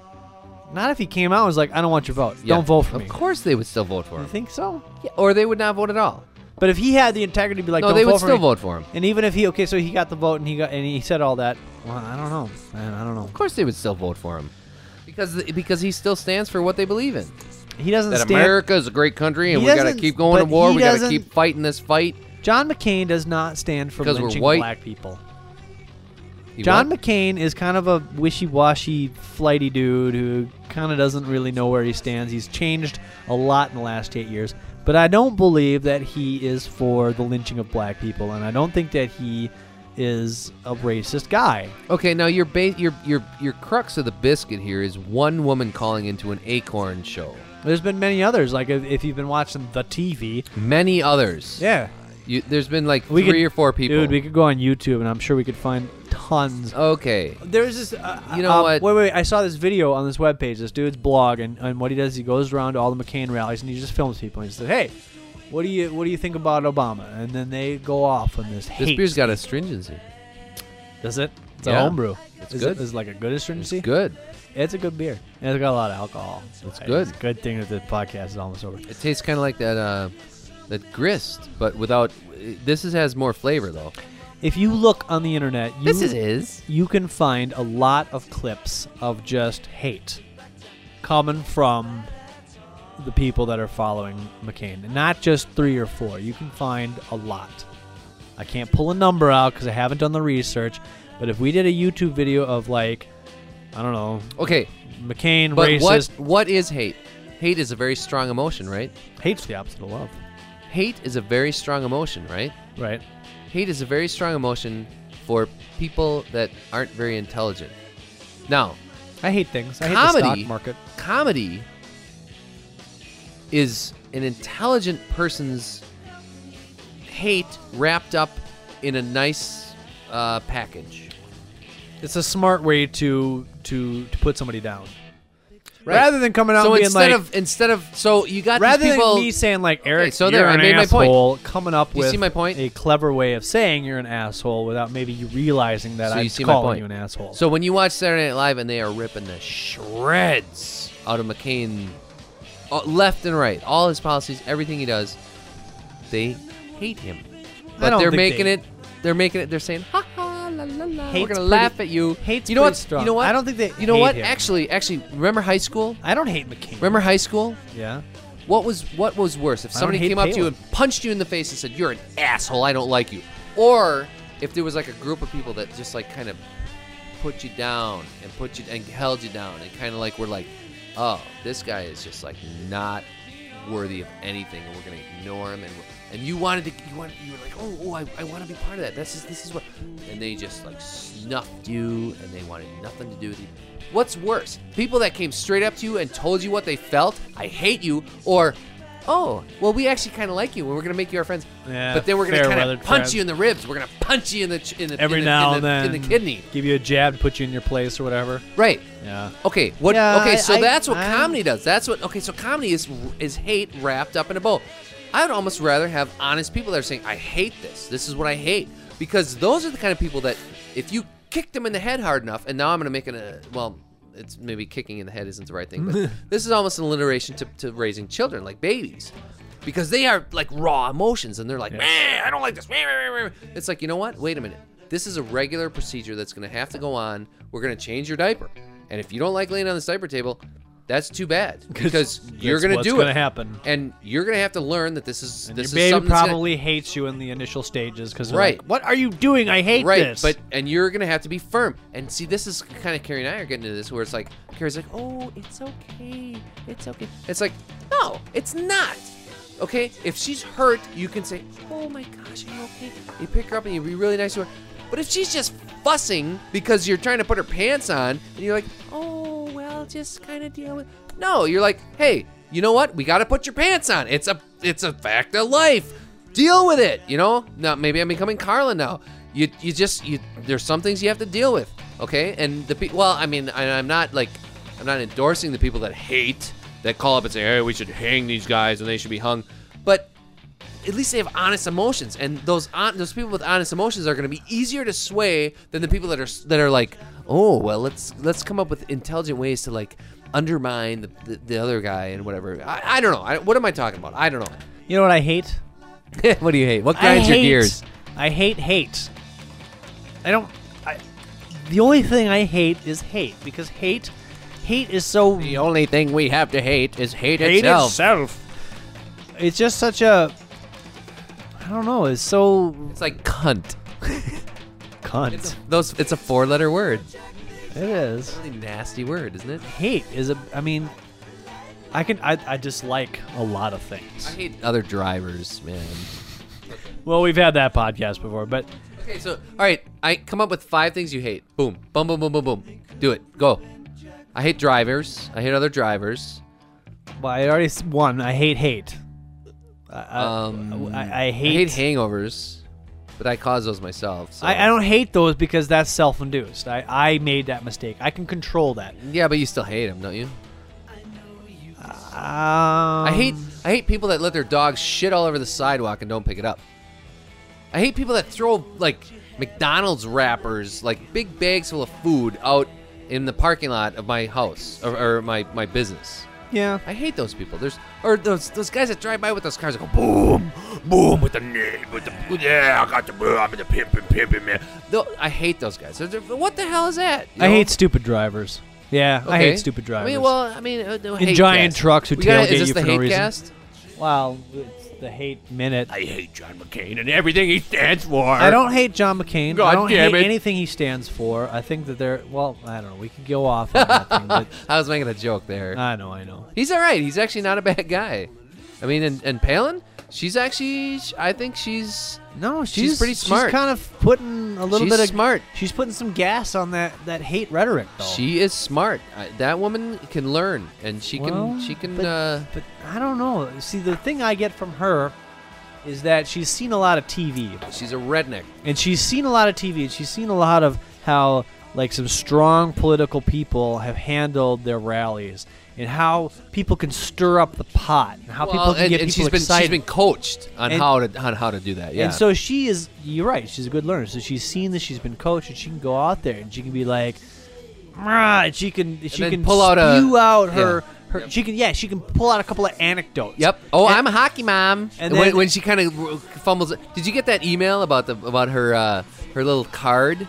Speaker 1: not if he came out and was like i don't want your vote
Speaker 3: Yeah.
Speaker 1: don't vote for
Speaker 3: of
Speaker 1: me
Speaker 3: course, they would still vote for
Speaker 1: you
Speaker 3: him.
Speaker 1: think so
Speaker 3: Yeah, or they would not vote at all.
Speaker 1: but if he had the integrity to be like
Speaker 3: no,
Speaker 1: don't
Speaker 3: they
Speaker 1: vote
Speaker 3: would
Speaker 1: for
Speaker 3: still
Speaker 1: me,
Speaker 3: vote for him. Of
Speaker 1: And even if he okay, so he got the vote and he got and he said all that. Well, I don't know, man. I don't know.
Speaker 3: course, they would still vote for him because the, because he still stands for what they believe in.
Speaker 1: He doesn't
Speaker 3: That
Speaker 1: stand.
Speaker 3: America is a great country, and
Speaker 1: He
Speaker 3: we got to
Speaker 1: doesn't-
Speaker 3: keep going to
Speaker 1: but
Speaker 3: war.
Speaker 1: he
Speaker 3: We got to
Speaker 1: doesn't-
Speaker 3: keep fighting this fight.
Speaker 1: John McCain does not stand for
Speaker 3: Because we're
Speaker 1: lynching
Speaker 3: white.
Speaker 1: black people.
Speaker 3: He
Speaker 1: John
Speaker 3: won.
Speaker 1: McCain is kind of a wishy-washy, flighty dude who kind of doesn't really know where he stands. He's changed a lot in the last eight years, but I don't believe that he is for the lynching of black people, and I don't think that he is a racist guy.
Speaker 3: Okay, now your ba- your your your crux of the biscuit here is one woman calling into an acorn show.
Speaker 1: There's been many others, like if, if you've been watching the TV.
Speaker 3: Many others.
Speaker 1: Yeah,
Speaker 3: You, there's been like
Speaker 1: We
Speaker 3: three
Speaker 1: could-
Speaker 3: or four people.
Speaker 1: Dude, we could go on YouTube, and I'm sure we could find tons.
Speaker 3: okay.
Speaker 1: There's this, uh,
Speaker 3: You know
Speaker 1: um,
Speaker 3: what?
Speaker 1: Wait, wait. I saw this video on this webpage. This dude's blog, and, and what he does, he goes around to all the McCain rallies, and he just films people. And he says, "Hey, what do you what do you think about Obama?" And then they go off on this
Speaker 3: This
Speaker 1: hate.
Speaker 3: beer's got astringency.
Speaker 1: Does it? It's
Speaker 3: Yeah.
Speaker 1: a homebrew.
Speaker 3: It's
Speaker 1: is
Speaker 3: good.
Speaker 1: It, is it like a good
Speaker 3: It's
Speaker 1: astringency.
Speaker 3: good.
Speaker 1: It's a good beer, and it's got a lot of alcohol. It's
Speaker 3: good.
Speaker 1: It's a good thing that the podcast is almost over.
Speaker 3: It tastes kind of like that uh, that grist, but without. This is has more flavor though.
Speaker 1: If you look on the internet, you,
Speaker 3: is.
Speaker 1: you can find a lot of clips of just hate coming from the people that are following McCain. And not just three or four. You can find a lot. I can't pull a number out because I haven't done the research. But if we did a YouTube video of like, I don't know,
Speaker 3: Okay,
Speaker 1: McCain
Speaker 3: but
Speaker 1: racist,
Speaker 3: what what is hate? Hate is a very strong emotion, right?
Speaker 1: hate's the opposite of love,
Speaker 3: Hate is a very strong emotion, right?
Speaker 1: right?
Speaker 3: Hate is a very strong emotion for people that aren't very intelligent. Now,
Speaker 1: I hate things. I hate the
Speaker 3: Comedy.
Speaker 1: stock market.
Speaker 3: comedy is an intelligent person's hate wrapped up in a nice uh, package.
Speaker 1: It's a smart way to to to put somebody down.
Speaker 3: Right.
Speaker 1: Rather than coming out
Speaker 3: So
Speaker 1: and being
Speaker 3: instead
Speaker 1: like,
Speaker 3: of instead of so you got
Speaker 1: rather
Speaker 3: these people
Speaker 1: than me saying like Eric,
Speaker 3: so
Speaker 1: you're
Speaker 3: there, I
Speaker 1: an
Speaker 3: made my point.
Speaker 1: asshole, coming up
Speaker 3: You
Speaker 1: with
Speaker 3: see my point?
Speaker 1: a clever way of saying you're an asshole without maybe you realizing that
Speaker 3: So
Speaker 1: I'm
Speaker 3: you see my
Speaker 1: calling
Speaker 3: point.
Speaker 1: you an asshole.
Speaker 3: So when you watch Saturday Night Live and they are ripping the shreds out of McCain, uh, left and right, all his policies, everything he does, they hate him. But
Speaker 1: don't
Speaker 3: they're
Speaker 1: think
Speaker 3: making
Speaker 1: they-
Speaker 3: it. They're making it. They're saying, "Ha ha la la la." We're
Speaker 1: Hate's
Speaker 3: gonna
Speaker 1: pretty-
Speaker 3: laugh at you.
Speaker 1: hate's
Speaker 3: you know
Speaker 1: pretty
Speaker 3: what?
Speaker 1: strong.
Speaker 3: You know what?
Speaker 1: I don't think they
Speaker 3: You know
Speaker 1: hate
Speaker 3: what?
Speaker 1: him.
Speaker 3: Actually, actually, remember high school?
Speaker 1: I don't hate McCain.
Speaker 3: Remember high school?
Speaker 1: Yeah.
Speaker 3: What was what was worse? If
Speaker 1: don't
Speaker 3: somebody
Speaker 1: hate
Speaker 3: came up to you
Speaker 1: Palin.
Speaker 3: and punched you in the face and said, "You're an asshole. I don't like you," or if there was like a group of people that just like kind of put you down and put you and held you down and kind of like were like, "Oh, this guy is just like not worthy of anything, and we're gonna ignore him." And we're- and you wanted to, you wanted, you were like, "Oh, oh I, I want to be part of that. This is this is what," and they just like snuffed you and they wanted nothing to do with you. What's worse, people that came straight up to you and told you what they felt, "I hate you," or Oh, well, we actually kind of like you, and we're gonna make you our friends.
Speaker 1: Yeah,
Speaker 3: but then we're gonna kind
Speaker 1: fair-weathered
Speaker 3: of punch
Speaker 1: friends.
Speaker 3: you in the ribs. We're gonna punch you in the ch- in the
Speaker 1: Every
Speaker 3: in the,
Speaker 1: now
Speaker 3: in the,
Speaker 1: and then,
Speaker 3: in the kidney.
Speaker 1: give you a jab, to put you in your place or whatever.
Speaker 3: Right.
Speaker 1: Yeah.
Speaker 3: Okay. What?
Speaker 4: Yeah,
Speaker 3: okay.
Speaker 4: I-
Speaker 3: so
Speaker 4: I-
Speaker 3: that's what
Speaker 4: I'm-
Speaker 3: comedy does. That's what. Okay. So comedy is is hate wrapped up in a bow. I would almost rather have honest people that are saying, "I hate this. This is what I hate," because those are the kind of people that, if you kick them in the head hard enough, and now I'm going to make an uh, well, it's maybe kicking in the head isn't the right thing, but this is almost an alliteration to, to raising children like babies, because they are like raw emotions, and they're like, "Man, I don't like this." Meh, meh, meh, meh." It's like, you know what? Wait a minute. This is a regular procedure that's going to have to go on. We're going to change your diaper, and if you don't like laying on this diaper table, that's too bad because you're
Speaker 1: that's
Speaker 3: going to
Speaker 1: what's
Speaker 3: do
Speaker 1: gonna
Speaker 3: it.
Speaker 1: happen.
Speaker 3: And you're gonna have to learn that this is
Speaker 1: And
Speaker 3: this
Speaker 1: your
Speaker 3: is
Speaker 1: baby
Speaker 3: something that's gonna-
Speaker 1: probably hates you in the initial stages because
Speaker 3: Right.
Speaker 1: what are you doing? I hate
Speaker 3: right,
Speaker 1: this.
Speaker 3: but and you're gonna have to be firm. And see, this is kind of Carrie and I are getting into this where it's like Carrie's like, oh, it's okay, it's okay. It's like, no, it's not. Okay, if she's hurt, you can say, oh my gosh, are you okay? You pick her up and you be really nice to her. But if she's just fussing because you're trying to put her pants on and you're like, oh well, just kind of deal with. No, you're like, hey, you know what? We gotta put your pants on. It's a it's a fact of life deal with it you know now maybe i'm becoming carlin now you you just you there's some things you have to deal with okay and the pe- well i mean I, i'm not like i'm not endorsing the people that hate that call up and say hey we should hang these guys and they should be hung but at least they have honest emotions, and those on, those people with honest emotions are going to be easier to sway than the people that are s- that are like, oh well, let's let's come up with intelligent ways to like undermine the, the, the other guy and whatever. I, I don't know. I, what am I talking about? I don't know.
Speaker 1: you know what I hate?
Speaker 3: what do you hate? What
Speaker 1: I
Speaker 3: grinds
Speaker 1: hate,
Speaker 3: your gears?
Speaker 1: I hate hate. I don't. I, the only thing I hate is hate because hate, hate is so
Speaker 3: The only thing we have to hate is hate,
Speaker 1: hate
Speaker 3: itself.
Speaker 1: itself. It's just such a. I don't know. It's so
Speaker 3: It's like cunt.
Speaker 1: cunt.
Speaker 3: Those it's a four-letter word.
Speaker 1: it is.
Speaker 3: Really nasty word, isn't it?
Speaker 1: Hate is a. I mean, I can. I, I dislike a lot of
Speaker 3: I
Speaker 1: things.
Speaker 3: hate other drivers, man.
Speaker 1: Well, we've had that podcast before, but
Speaker 3: Okay, so all right, I come up with five things you hate. Boom, boom, boom, boom, boom, boom. Do it. Go. I hate drivers. I hate other drivers.
Speaker 1: well, I already s- one. I hate hate. I, I-
Speaker 3: Um,
Speaker 1: Mm. I, I
Speaker 3: I hate
Speaker 1: Uh, hate.
Speaker 3: hangovers, but I cause those myself. So.
Speaker 1: I, I don't hate those because that's self-induced. I, I made that mistake. I can control that.
Speaker 3: Yeah, but you still hate them, don't you?
Speaker 1: Um,
Speaker 3: I hate I hate people that let their dogs shit all over the sidewalk and don't pick it up. I hate people that throw like McDonald's wrappers, like big bags full of food out in the parking lot of my house or, or my, my business.
Speaker 1: Yeah.
Speaker 3: I hate those people. There's or those those guys that drive by with those cars that go boom, boom with the na- with the yeah, I got the I'm the pimpin' pimpin' man. Tho- I hate those guys. They're- they're- what the hell is that? You
Speaker 1: I
Speaker 3: know?
Speaker 1: hate stupid drivers. Yeah, I
Speaker 3: Okay.
Speaker 1: hate stupid drivers.
Speaker 3: I mean, well, I mean, uh, the
Speaker 1: And
Speaker 3: hate
Speaker 1: giant
Speaker 3: cast.
Speaker 1: trucks who
Speaker 3: We gotta-
Speaker 1: tailgate
Speaker 3: is this
Speaker 1: you
Speaker 3: the
Speaker 1: for no
Speaker 3: hate
Speaker 1: reason.
Speaker 3: Cast?
Speaker 1: Wow, it's the hate minute.
Speaker 5: I hate John McCain and everything he stands for.
Speaker 1: I don't hate John McCain. I
Speaker 5: God
Speaker 1: don't
Speaker 5: damn
Speaker 1: hate
Speaker 5: it.
Speaker 1: anything he stands for. I think that they're well. I don't know. We could go off. On that thing, but
Speaker 3: I was making a joke there.
Speaker 1: I know. I know.
Speaker 3: He's all right. He's actually not a bad guy. I mean, and, and Palin, she's actually, sh- I think she's
Speaker 1: No, she's,
Speaker 3: She's pretty smart.
Speaker 1: She's kind of putting a little
Speaker 3: She's
Speaker 1: bit of
Speaker 3: smart.
Speaker 1: She's putting some gas on that that hate rhetoric. Though.
Speaker 3: she is smart. I, that woman can learn, and she
Speaker 1: Well,
Speaker 3: can she can.
Speaker 1: but-
Speaker 3: uh,
Speaker 1: But I don't know. See, the thing I get from her is that she's seen a lot of TV,
Speaker 3: she's a redneck.
Speaker 1: and she's seen a lot of TV, and she's seen a lot of how like some strong political people have handled their rallies, and how people can stir up the pot, and how people can
Speaker 3: and,
Speaker 1: get
Speaker 3: and
Speaker 1: people
Speaker 3: she's been
Speaker 1: excited.
Speaker 3: she's been coached on
Speaker 1: And-
Speaker 3: how to on how to do that. Yeah.
Speaker 1: And so she is. You're right. She's a good learner. So she's seen this. She's been coached, and she can go out there and she can be like, "Rah," and she can she
Speaker 3: then
Speaker 1: can
Speaker 3: pull out a-
Speaker 1: spew out her.
Speaker 3: yeah.
Speaker 1: Her, She can, yeah, she can pull out a couple of anecdotes.
Speaker 3: Yep. Oh,
Speaker 1: And-
Speaker 3: I'm a hockey mom.
Speaker 1: and
Speaker 3: And when,
Speaker 1: then-
Speaker 3: when she kind of fumbles, it- did you get that email about the about her uh, her little card?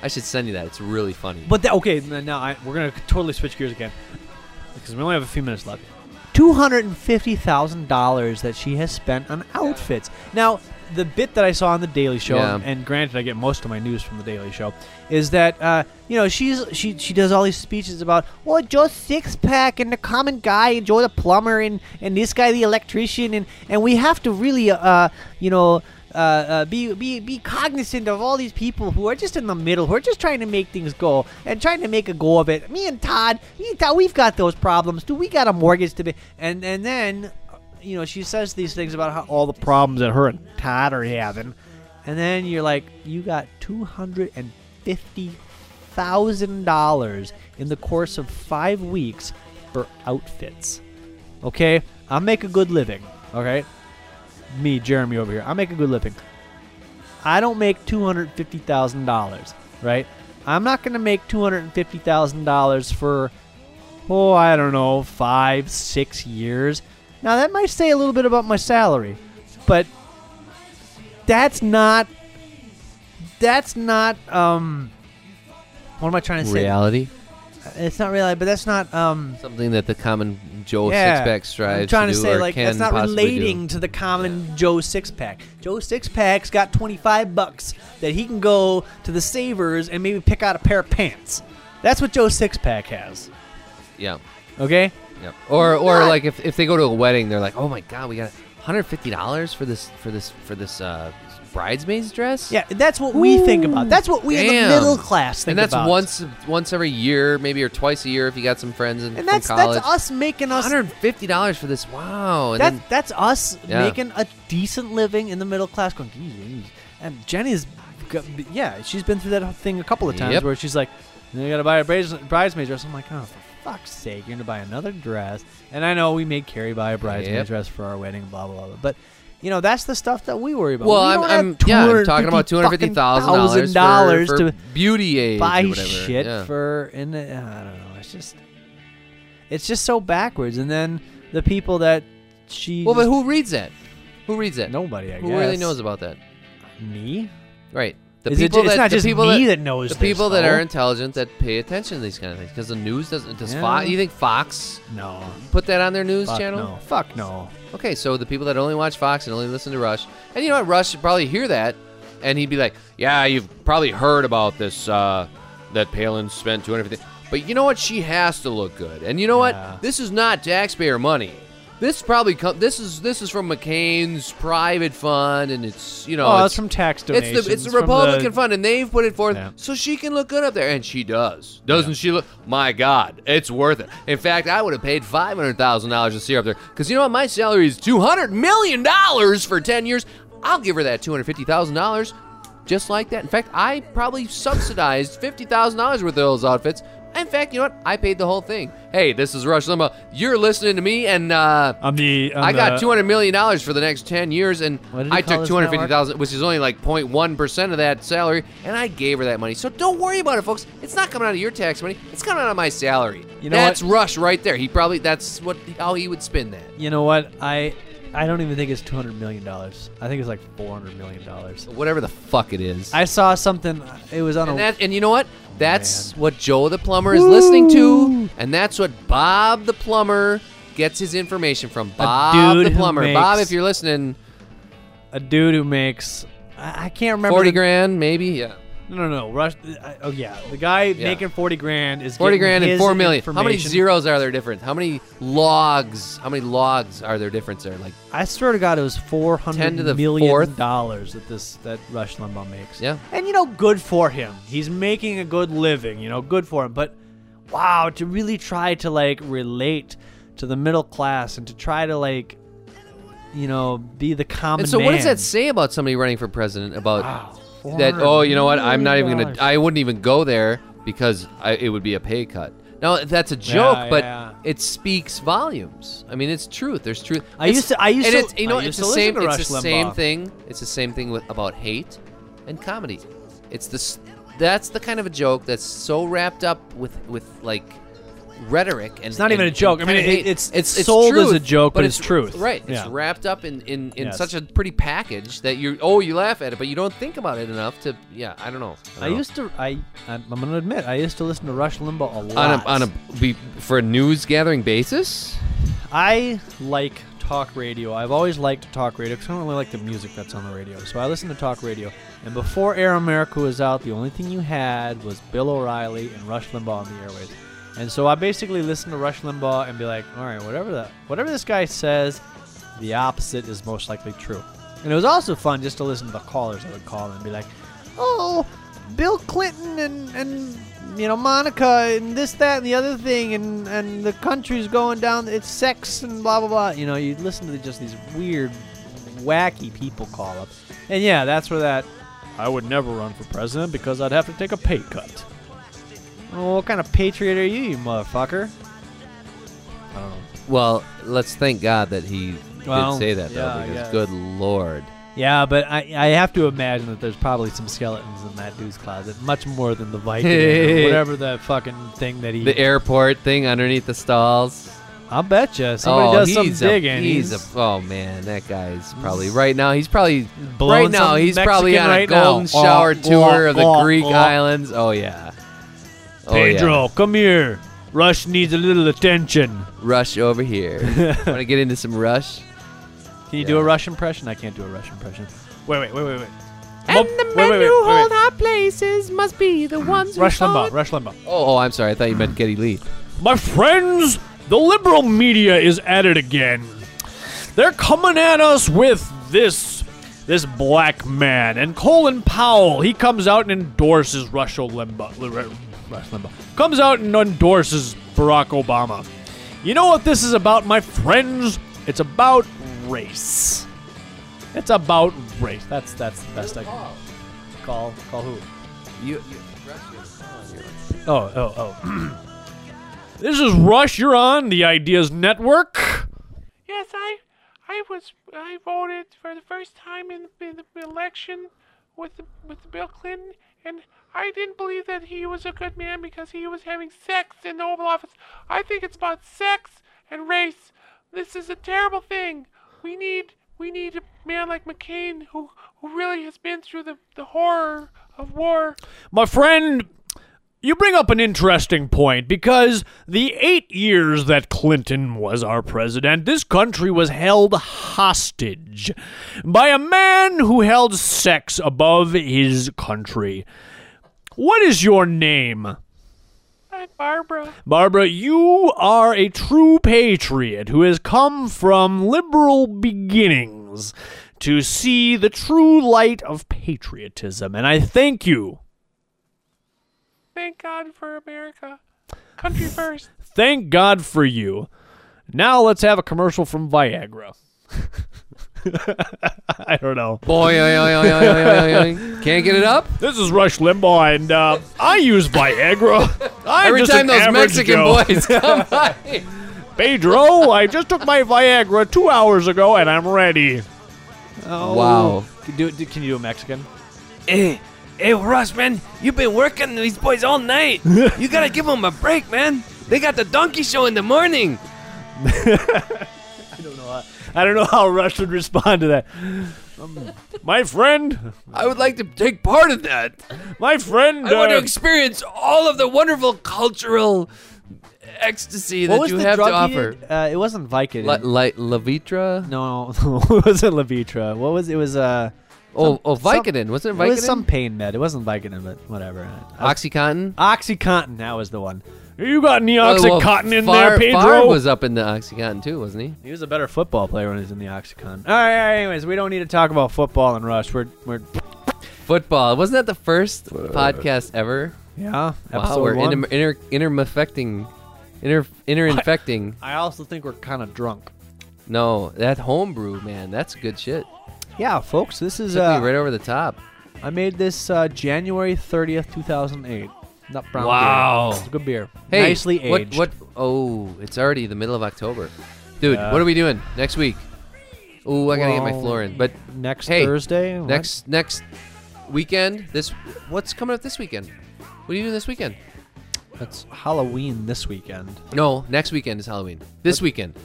Speaker 3: I should send you that. It's really funny.
Speaker 1: But that, okay, n- now I, we're gonna totally switch gears again because we only have a few minutes left. $250,000 that she has spent on outfits. Now, the bit that I saw on the Daily Show,
Speaker 3: Yeah.
Speaker 1: and granted, I get most of my news from the Daily Show, is that uh, you know she's she she does all these speeches about well Joe six pack and the common guy and Joe the plumber and and this guy the electrician and and we have to really uh you know. Uh, uh, be, be be cognizant of all these people who are just in the middle, who are just trying to make things go and trying to make a go of it. Me and Todd, me and Todd, we've got those problems. Do we got a mortgage to pay? And and then you know, she says these things about how all the problems that her and Todd are having, and then you're like, you got two hundred and fifty thousand dollars in the course of five weeks for outfits. Okay, I make a good living. All right, me Jeremy over here, I make a good living. I don't make two hundred fifty thousand dollars, right? I'm not gonna make two hundred fifty thousand dollars for oh, I don't know, five, six years. Now, that might say a little bit about my salary, but that's not. That's not. Um, what am I trying to say?
Speaker 3: Reality,
Speaker 1: It's not reality, but that's not. Um,
Speaker 3: something that the common Joe
Speaker 1: yeah.
Speaker 3: Sixpack
Speaker 1: I'm
Speaker 3: strives
Speaker 1: trying to,
Speaker 3: do
Speaker 1: say
Speaker 3: or
Speaker 1: like
Speaker 3: can
Speaker 1: that's not
Speaker 3: possibly do.
Speaker 1: relating to the common Joe Sixpack. Joe Sixpack's got 25 bucks that he can go to the Savers and maybe pick out a pair of pants. That's what Joe Sixpack has.
Speaker 3: Yeah.
Speaker 1: Okay?
Speaker 3: Yep. Or or like if, if they go to a wedding, they're like, oh my god, we got hundred fifty dollars for this for this for this uh, bridesmaid's dress.
Speaker 1: Yeah, that's what we think about. That's what we in
Speaker 3: Damn.
Speaker 1: the middle class think
Speaker 3: and that's
Speaker 1: about.
Speaker 3: once once every year, maybe or twice a year if you got some friends in,
Speaker 1: and
Speaker 3: from
Speaker 1: that's
Speaker 3: college.
Speaker 1: that's us making us
Speaker 3: Hundred fifty dollars for this. Wow. And
Speaker 1: that's
Speaker 3: then,
Speaker 1: that's us
Speaker 3: Yeah.
Speaker 1: making a decent living in the middle class. Going, "Geez, geez." and Jenny's, got- yeah, she's been through that thing a couple of times
Speaker 3: Yep.
Speaker 1: where she's like, "Then "I gotta buy a brais- bridesmaid dress." I'm like, "Oh, for fuck's sake, you're gonna buy another dress." And I know we made Carrie buy a bridesmaid
Speaker 3: Yep.
Speaker 1: dress for our wedding, blah blah blah. But you know, that's the stuff that we worry about.
Speaker 3: well,
Speaker 1: We
Speaker 3: I'm,
Speaker 1: don't have
Speaker 3: I'm yeah, I'm talking about two hundred fifty
Speaker 1: $250,000 dollars
Speaker 3: thousand dollars
Speaker 1: to
Speaker 3: beauty aid
Speaker 1: buy
Speaker 3: or whatever.
Speaker 1: shit
Speaker 3: yeah.
Speaker 1: for and uh, I don't know. It's just it's just so backwards. And then the people that she
Speaker 3: Well, but
Speaker 1: just-
Speaker 3: who reads that? Who reads that?
Speaker 1: nobody I
Speaker 3: Who
Speaker 1: guess
Speaker 3: really knows about that?
Speaker 1: me.
Speaker 3: Right. The
Speaker 1: Is it
Speaker 3: people
Speaker 1: ju- it's
Speaker 3: that,
Speaker 1: not
Speaker 3: the
Speaker 1: just
Speaker 3: people
Speaker 1: me
Speaker 3: that,
Speaker 1: that knows
Speaker 3: the
Speaker 1: this, Oh,
Speaker 3: people that
Speaker 1: though.
Speaker 3: are intelligent that pay attention to these kind of things because the news doesn't. Does Fox?
Speaker 1: Yeah.
Speaker 3: You think Fox
Speaker 1: No.
Speaker 3: put that on their news
Speaker 1: Fuck
Speaker 3: channel? Oh,
Speaker 1: no. Fuck no.
Speaker 3: Okay, so the people that only watch Fox and only listen to Rush, and you know what, Rush should probably hear that, and he'd be like, "Yeah, you've probably heard about this uh, that Palin spent 250." But you know what? She has to look good, and you know
Speaker 1: Yeah.
Speaker 3: what? This is not taxpayer money. This probably com- this is this is from McCain's private fund, and it's you know
Speaker 1: oh,
Speaker 3: it's,
Speaker 1: it's from tax
Speaker 3: it's
Speaker 1: donations.
Speaker 3: the it's the
Speaker 1: from
Speaker 3: Republican fund, and they've put it forth
Speaker 1: Yeah.
Speaker 3: so she can look good up there, and she does. Doesn't she look? My God, it's worth it. In fact, I would have paid five hundred thousand dollars to see her up there because you know what? My salary is two hundred million dollars for ten years. I'll give her that two hundred fifty thousand dollars, just like that. In fact, I probably subsidized fifty thousand dollars worth of those outfits. In fact, you know what? I paid the whole thing. Hey, this is Rush Limbaugh. You're listening to me, and uh,
Speaker 1: I'm the I'm
Speaker 3: I got
Speaker 1: the-
Speaker 3: two hundred million dollars for the next ten years, and
Speaker 1: What did he
Speaker 3: I
Speaker 1: call
Speaker 3: took
Speaker 1: his
Speaker 3: two hundred fifty thousand, which is only like 0.1 percent of that salary, and I gave her that money. So don't worry about it, folks. It's not coming out of your tax money. It's coming out of my salary.
Speaker 1: You know
Speaker 3: that's
Speaker 1: what?
Speaker 3: Rush right there. He probably that's what how he would spin that.
Speaker 1: You know what? I I don't even think it's 200 million dollars. I think it's like 400 million dollars.
Speaker 3: Whatever the fuck it is.
Speaker 1: I saw something it was on
Speaker 3: and
Speaker 1: a
Speaker 3: that and you know what? That's
Speaker 1: Man.
Speaker 3: what Joe the plumber is listening to, and that's what Bob the plumber gets his information from. Bob
Speaker 1: dude
Speaker 3: the
Speaker 1: who
Speaker 3: plumber. Bob,
Speaker 1: makes
Speaker 3: if you're listening,
Speaker 1: a dude who makes I, I can't remember
Speaker 3: forty
Speaker 1: the-
Speaker 3: grand maybe. Yeah.
Speaker 1: No, no, no. Rush. I- Oh, yeah. The guy making forty grand is
Speaker 3: 40
Speaker 1: getting
Speaker 3: grand and
Speaker 1: his
Speaker 3: 4 million. How many
Speaker 1: information.
Speaker 3: zeros are there difference? How many logs? How many logs are there difference there? Like,
Speaker 1: I swear to God, it was four
Speaker 3: 10 to the
Speaker 1: hundred million
Speaker 3: fourth.
Speaker 1: dollars that this that Rush Limbaugh makes.
Speaker 3: Yeah.
Speaker 1: And you know, good for him. He's making a good living. You know, good for him. But wow, to really try to like relate to the middle class and to try to like, you know, be the common.
Speaker 3: and so what does
Speaker 1: man.
Speaker 3: that say about somebody running for president about
Speaker 1: Wow.
Speaker 3: that? Oh, you know what? I'm not even
Speaker 1: $400
Speaker 3: gonna. I wouldn't even go there because I, it would be a pay cut. Now that's a joke, but
Speaker 1: yeah.
Speaker 3: it speaks volumes. I mean, it's truth. There's truth.
Speaker 1: I
Speaker 3: It's-
Speaker 1: used to- I used
Speaker 3: and
Speaker 1: to-
Speaker 3: It's, you
Speaker 1: I
Speaker 3: know,
Speaker 1: used
Speaker 3: it's the
Speaker 1: to listen
Speaker 3: same.
Speaker 1: to
Speaker 3: It's
Speaker 1: Rush
Speaker 3: the same
Speaker 1: Limbaugh.
Speaker 3: thing. It's the same thing with about hate and comedy. It's this. That's the kind of a joke that's so wrapped up with with like rhetoric and
Speaker 1: It's not even
Speaker 3: and-
Speaker 1: a joke.
Speaker 3: and
Speaker 1: I mean,
Speaker 3: kinda
Speaker 1: it-
Speaker 3: hate.
Speaker 1: it's- it's sold as a joke, but it's truth.
Speaker 3: Right. It's
Speaker 1: Yeah.
Speaker 3: wrapped up in in, in
Speaker 1: Yes.
Speaker 3: such a pretty package that you oh you laugh at it, but you don't think about it enough to yeah. I don't know.
Speaker 1: I used to. I. I'm I'm gonna admit, I used to listen to Rush Limbaugh a lot.
Speaker 3: on a on a be, for a news gathering basis.
Speaker 1: I like talk radio. I've always liked talk radio because I don't really like the music that's on the radio. So I listen to talk radio. And before Air America was out, the only thing you had was Bill O'Reilly and Rush Limbaugh on the airways. And so I basically listen to Rush Limbaugh and be like, all right, whatever that, whatever this guy says, the opposite is most likely true. And it was also fun just to listen to the callers that would call and be like, oh, Bill Clinton and, and you know, Monica and this, that, and the other thing, and, and the country's going down, it's sex and blah, blah, blah. You know, you listen to just these weird, wacky people call up. And yeah, that's where that, I would never run for president because I'd have to take a pay cut. Well, what kind of patriot are you, you motherfucker? I don't know.
Speaker 3: Well, let's thank God that he
Speaker 1: Well,
Speaker 3: did say that
Speaker 1: yeah, I
Speaker 3: though,
Speaker 1: guess.
Speaker 3: because good lord.
Speaker 1: Yeah, but I, I have to imagine that there's probably some skeletons in that dude's closet, much more than the Viking, or whatever the fucking thing that he.
Speaker 3: The airport thing underneath the stalls.
Speaker 1: I'll bet you somebody
Speaker 3: oh,
Speaker 1: does
Speaker 3: he's
Speaker 1: some
Speaker 3: a,
Speaker 1: digging.
Speaker 3: He's, a oh man, that guy's probably right now. He's probably
Speaker 1: Blowing
Speaker 3: right now.
Speaker 1: some
Speaker 3: He's probably
Speaker 1: Mexican
Speaker 3: on a
Speaker 1: right now.
Speaker 3: golden shower
Speaker 1: Oh,
Speaker 3: tour of the
Speaker 1: oh,
Speaker 3: Greek
Speaker 1: oh.
Speaker 3: islands. Oh yeah. Oh, yeah.
Speaker 1: Pedro, come here. Rush needs a little attention.
Speaker 3: Rush over here. Want to get into some Rush?
Speaker 1: Can you
Speaker 3: Yeah.
Speaker 1: do a Rush impression? I can't do a Rush impression. Wait, wait, wait, wait, wait.
Speaker 2: And
Speaker 1: Mo-
Speaker 2: the
Speaker 1: wait,
Speaker 2: men
Speaker 1: wait, wait,
Speaker 2: who
Speaker 1: wait,
Speaker 2: hold
Speaker 1: wait.
Speaker 2: our places must be the ones who
Speaker 1: Rush
Speaker 2: saw
Speaker 1: Limbaugh, Rush Limbaugh.
Speaker 3: Oh, oh, I'm sorry. I thought you meant Getty Lee.
Speaker 5: My friends, the liberal media is at it again. They're coming at us with this this black man and Colin Powell. He comes out and endorses Rush Limbaugh. Rush Limbaugh comes out and endorses Barack Obama. You know what this is about, my friends? It's about race. It's about race.
Speaker 1: That's that's the best I can. Call, call who?
Speaker 3: You, you
Speaker 1: Oh, oh, oh.
Speaker 5: oh. This is Rush. You're on the Ideas Network.
Speaker 2: Yes, I, I was, I voted for the first time in, in the election with the, with Bill Clinton, and I didn't believe that he was a good man because he was having sex in the Oval Office. I think it's about sex and race. This is a terrible thing. We need, we need a man like McCain who, who really has been through the, the horror of war.
Speaker 5: My friend, you bring up an interesting point because the eight years that Clinton was our president, this country was held hostage by a man who held sex above his country. What is your name?
Speaker 2: Hi, Barbara.
Speaker 5: Barbara, you are a true patriot who has come from liberal beginnings to see the true light of patriotism, and I thank you
Speaker 2: Thank God for America. Country first.
Speaker 5: Thank God for you. Now let's have a commercial from Viagra. I don't know.
Speaker 3: boy, oy, oy, oy, oy, oy, oy, oy. can't get it up.
Speaker 5: This is Rush Limbaugh, and uh, I use Viagra. I'm
Speaker 3: Every
Speaker 5: just
Speaker 3: time
Speaker 5: an
Speaker 3: those
Speaker 5: average
Speaker 3: Mexican
Speaker 5: Joe.
Speaker 3: boys come by.
Speaker 5: Pedro, I just took my Viagra two hours ago, and I'm ready.
Speaker 1: oh.
Speaker 3: Wow.
Speaker 1: Can, do, do- can you do a Mexican?
Speaker 4: Hey, hey, Russ, man, you've been working these boys all night. you gotta give them a break, man. They got the donkey show in the morning.
Speaker 1: I don't know. How, I don't know how Rush would respond to that.
Speaker 5: My friend,
Speaker 3: I would like to take part in that.
Speaker 5: my friend.
Speaker 4: I want to
Speaker 5: uh,
Speaker 4: experience all of the wonderful cultural ecstasy
Speaker 1: What
Speaker 4: that
Speaker 1: was
Speaker 4: you
Speaker 1: the
Speaker 4: have to
Speaker 1: drug he
Speaker 4: offer.
Speaker 1: did? Uh, it wasn't Vicodin.
Speaker 3: Like like Levitra.
Speaker 1: No, no, it wasn't Levitra. What was it? Was uh,
Speaker 3: Oh, oh,
Speaker 1: some-
Speaker 3: Vicodin. Wasn't
Speaker 1: it
Speaker 3: it Vicodin?
Speaker 1: was some pain med. It wasn't Vicodin, but whatever. I-
Speaker 3: OxyContin.
Speaker 1: OxyContin. That was the one.
Speaker 5: you got any
Speaker 3: Oh, well,
Speaker 5: OxyContin in there,
Speaker 3: Favre-
Speaker 5: Pedro?
Speaker 3: Favre was up in the OxyContin too, wasn't he?
Speaker 1: He was a better football player when he was in the OxyContin. All right, all right. Anyways, we don't need to talk about football and Rush. We're we're
Speaker 3: Football. Wasn't that the first podcast ever?
Speaker 1: yeah.
Speaker 3: Wow, we're inter inter intermeffecting, inter interinfecting.
Speaker 1: I also think we're kind of drunk.
Speaker 3: No, that homebrew man. That's good shit.
Speaker 1: Yeah, folks. This is
Speaker 3: Took
Speaker 1: uh,
Speaker 3: me right over the top.
Speaker 1: I made this uh, January thirtieth, two thousand eight. Not brown.
Speaker 4: Wow.
Speaker 1: beer. It's a good beer.
Speaker 3: Hey,
Speaker 1: nicely
Speaker 3: what,
Speaker 1: aged.
Speaker 3: What? Oh, it's already the middle of October, dude.
Speaker 1: Yeah.
Speaker 3: What are we doing next week? Oh, I gotta get my
Speaker 1: Well,
Speaker 3: floor in. But
Speaker 1: Next
Speaker 3: hey,
Speaker 1: Thursday. What?
Speaker 3: next next weekend, this what's coming up this weekend? What are you doing this weekend?
Speaker 1: That's Halloween this weekend.
Speaker 3: No, next weekend is Halloween. This weekend.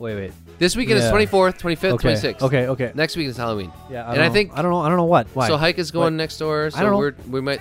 Speaker 1: Wait, wait.
Speaker 3: This weekend
Speaker 1: Yeah.
Speaker 3: is 24th, 25th,
Speaker 1: Okay.
Speaker 3: 26th.
Speaker 1: Okay. Okay.
Speaker 3: Next weekend is Halloween.
Speaker 1: Yeah,
Speaker 3: and
Speaker 1: don't
Speaker 3: I
Speaker 1: know-
Speaker 3: think
Speaker 1: I don't know. I don't know what. Why?
Speaker 3: so. Hike is going
Speaker 1: What?
Speaker 3: next door,
Speaker 1: don't
Speaker 3: so
Speaker 1: know.
Speaker 3: we're we might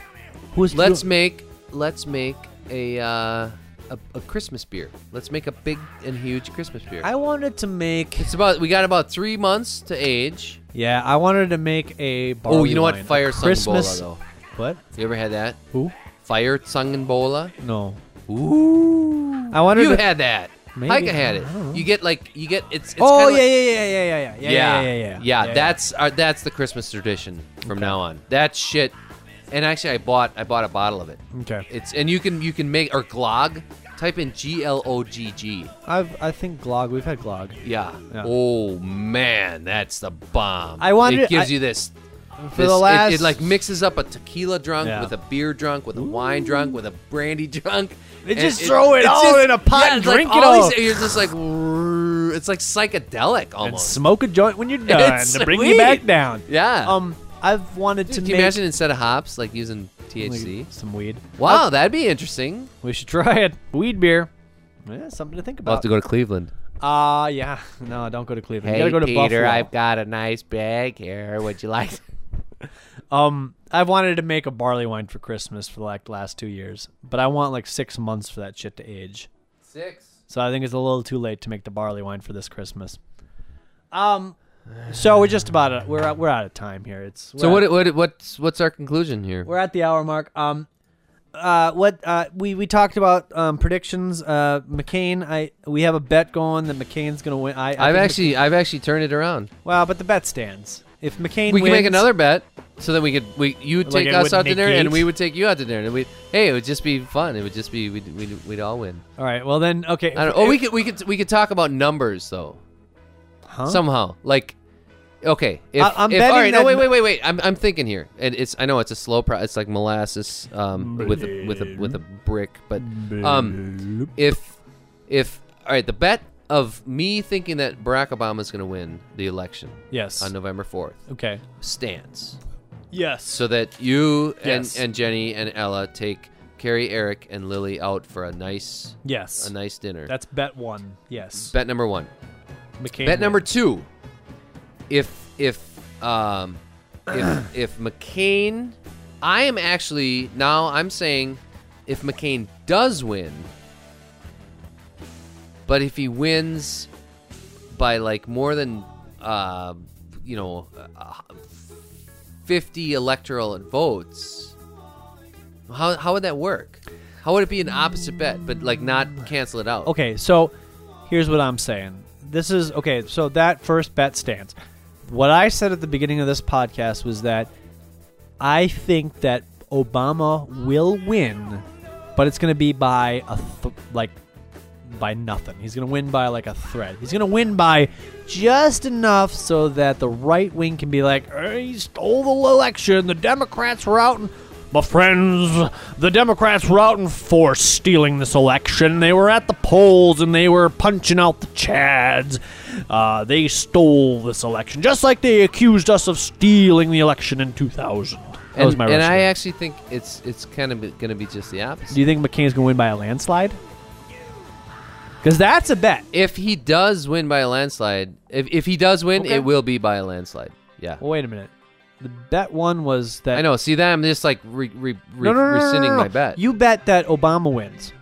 Speaker 1: Who's
Speaker 3: let's make let's make a uh, a, a Christmas beer. Let's make a big and huge Christmas beer.
Speaker 1: I wanted to make.
Speaker 3: it's about we got about three months to age. Oh,
Speaker 1: Yeah, I wanted to make a. Barley
Speaker 3: you know what?
Speaker 1: wine, a
Speaker 3: Fire Sun
Speaker 1: Christmas.
Speaker 3: Bola, though.
Speaker 1: What?
Speaker 3: You ever had that?
Speaker 1: Who?
Speaker 3: Fire Tsanganbola?
Speaker 1: No.
Speaker 3: Ooh.
Speaker 1: I wanted
Speaker 3: You
Speaker 1: to.
Speaker 3: had that.
Speaker 1: Maybe.
Speaker 3: Heike had
Speaker 1: I don't know.
Speaker 3: it. You get like you get it's. it's
Speaker 1: oh yeah,
Speaker 3: kinda like-
Speaker 1: yeah, yeah, yeah, yeah, yeah, yeah, yeah, yeah, yeah.
Speaker 3: yeah, that's our, that's the Christmas tradition from now on. That shit. And actually, I bought I bought a bottle of it.
Speaker 1: Okay.
Speaker 3: It's and you can you can make or glog. Type in G L O G G.
Speaker 1: I've I think glog. We've had glog.
Speaker 3: Yeah.
Speaker 1: Yeah.
Speaker 3: Oh man, that's the bomb.
Speaker 1: I wanted-
Speaker 3: It gives
Speaker 1: I-
Speaker 3: you this.
Speaker 1: For
Speaker 3: this-
Speaker 1: the
Speaker 3: it-
Speaker 1: last,
Speaker 3: it, like mixes up a tequila drunk
Speaker 1: Yeah.
Speaker 3: with a beer drunk with a wine drunk with a brandy drunk.
Speaker 1: They
Speaker 3: and
Speaker 1: just throw it
Speaker 3: it's
Speaker 1: all in a pot
Speaker 3: yeah,
Speaker 1: and
Speaker 3: it's like
Speaker 1: drink it
Speaker 3: all
Speaker 1: all.
Speaker 3: these- You're just like, "Rrrr." it's like psychedelic
Speaker 1: and
Speaker 3: almost.
Speaker 1: smoke a joint when you're done
Speaker 3: It's
Speaker 1: to bring you back
Speaker 3: sweet.
Speaker 1: down.
Speaker 3: yeah.
Speaker 1: Um, I've wanted to
Speaker 3: Can
Speaker 1: make
Speaker 3: you imagine instead of hops, like using
Speaker 1: like,
Speaker 3: THC?
Speaker 1: some weed.
Speaker 3: Wow, that'd be interesting.
Speaker 1: We should try it. Weed beer. Yeah, something to think about.
Speaker 3: go to Cleveland.
Speaker 1: Ah, yeah. No, don't go to Cleveland.
Speaker 3: Hey,
Speaker 1: you gotta go to
Speaker 3: Peter,
Speaker 1: Buffalo.
Speaker 3: I've got a nice bag here. Would you like?
Speaker 1: Um, I've wanted to make a barley wine for Christmas for like the last two years, but I want like six months for that shit to age.
Speaker 3: Six.
Speaker 1: So I think it's a little too late to make the barley wine for this Christmas. Um, so we're just about out, we're out, we're out of time here. It's
Speaker 3: So
Speaker 1: we're
Speaker 3: what?
Speaker 1: At,
Speaker 3: What? What's what's our conclusion here?
Speaker 1: we're at the hour mark. Um, uh, what uh, we we talked about um, predictions. Uh, McCain, I we have a bet going that McCain's gonna win. I, I
Speaker 3: I've
Speaker 1: think
Speaker 3: actually I've actually turned it around.
Speaker 1: Mc- well, but the bet stands. If McCain,
Speaker 3: We can make
Speaker 1: wins-
Speaker 3: another bet, so that we could we you would
Speaker 1: Like
Speaker 3: take
Speaker 1: it
Speaker 3: us
Speaker 1: would
Speaker 3: out to dinner and
Speaker 1: negate?
Speaker 3: we would take you out to dinner and we hey it would just be fun. It would just be we'd we'd, we'd all win.
Speaker 1: All right. Well then, okay.
Speaker 3: I don't, oh, we could we could we could talk about numbers though.
Speaker 1: Huh?
Speaker 3: somehow. Like, okay, if,
Speaker 1: I- I'm
Speaker 3: if-
Speaker 1: betting
Speaker 3: all right, no,
Speaker 1: that
Speaker 3: wait,
Speaker 1: m-
Speaker 3: wait, wait, wait. I'm, I'm thinking here, and it's I know it's a slow pro. It's like molasses um, with a, with a with a brick, but um, if if all right, the bet of me thinking that Barack Obama is going to win the election
Speaker 1: Yes.
Speaker 3: on November fourth
Speaker 1: Okay.
Speaker 3: stands,
Speaker 1: Yes.
Speaker 3: so that you
Speaker 1: Yes.
Speaker 3: and and Jenny and Ella take Carrie, Eric, and Lily out for a nice
Speaker 1: Yes.
Speaker 3: a nice dinner.
Speaker 1: That's bet one. Yes.
Speaker 3: bet number one.
Speaker 1: McCain.
Speaker 3: Bet number
Speaker 1: wins.
Speaker 3: two. If if um if if McCain, I am actually now I'm saying, if McCain does win, but if he wins by like more than uh you know uh, fifty electoral votes, how how would that work? How would it be an opposite bet, but like not cancel it out?
Speaker 1: Okay, so here's what I'm saying. This is okay. So that first bet stands. What I said at the beginning of this podcast was that I think that Obama will win, but it's going to be by a th- like by nothing. He's going to win by like a thread. He's going to win by just enough so that the right wing can be like, "Eh, he stole the election. The Democrats were out and
Speaker 5: My friends, the Democrats were out in force stealing this election. They were at the polls and they were punching out the Chads. Uh, they stole this election, just like they accused us of stealing the election in 2000. That
Speaker 3: and,
Speaker 5: was my
Speaker 3: and I
Speaker 5: rationale.
Speaker 3: actually think it's it's kind of going to be just the opposite.
Speaker 1: Do you think McCain's going to win by a landslide? Because that's a bet.
Speaker 3: If he does win by a landslide, if, if he does win,
Speaker 1: Okay.
Speaker 3: it will be by a landslide. Yeah,
Speaker 1: Well, wait a minute. The bet one was that.
Speaker 3: I know. See that I'm just like re, re, re,
Speaker 1: No, no, no, no, no,
Speaker 3: rescinding
Speaker 1: no, no.
Speaker 3: my bet.
Speaker 1: You bet that Obama wins.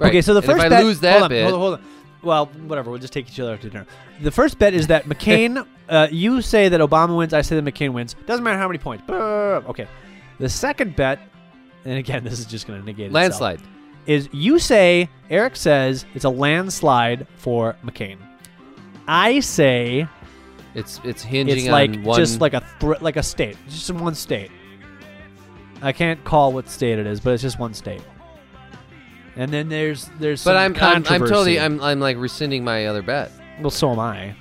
Speaker 3: Right.
Speaker 1: Okay, so the
Speaker 3: And
Speaker 1: first
Speaker 3: if I
Speaker 1: bet.
Speaker 3: lose
Speaker 1: hold
Speaker 3: that
Speaker 1: on,
Speaker 3: bit,
Speaker 1: Hold on, hold on. Well, whatever. We'll just take each other out to dinner. The first bet is that McCain. uh, you say that Obama wins. I say that McCain wins. Doesn't matter how many points. Brr, Okay. The second bet, and again, this is just going to negate itself,
Speaker 3: landslide.
Speaker 1: is you say Eric says it's a landslide for McCain. I say
Speaker 3: It's it's hinging
Speaker 1: it's
Speaker 3: on
Speaker 1: like
Speaker 3: one.
Speaker 1: just like a thr like a state, just in one state. I can't call what state it is, but it's just one state. And then there's there's
Speaker 3: but
Speaker 1: some
Speaker 3: I'm, I'm I'm
Speaker 1: controversy.
Speaker 3: totally I'm I'm like rescinding my other bet.
Speaker 1: well, so am I.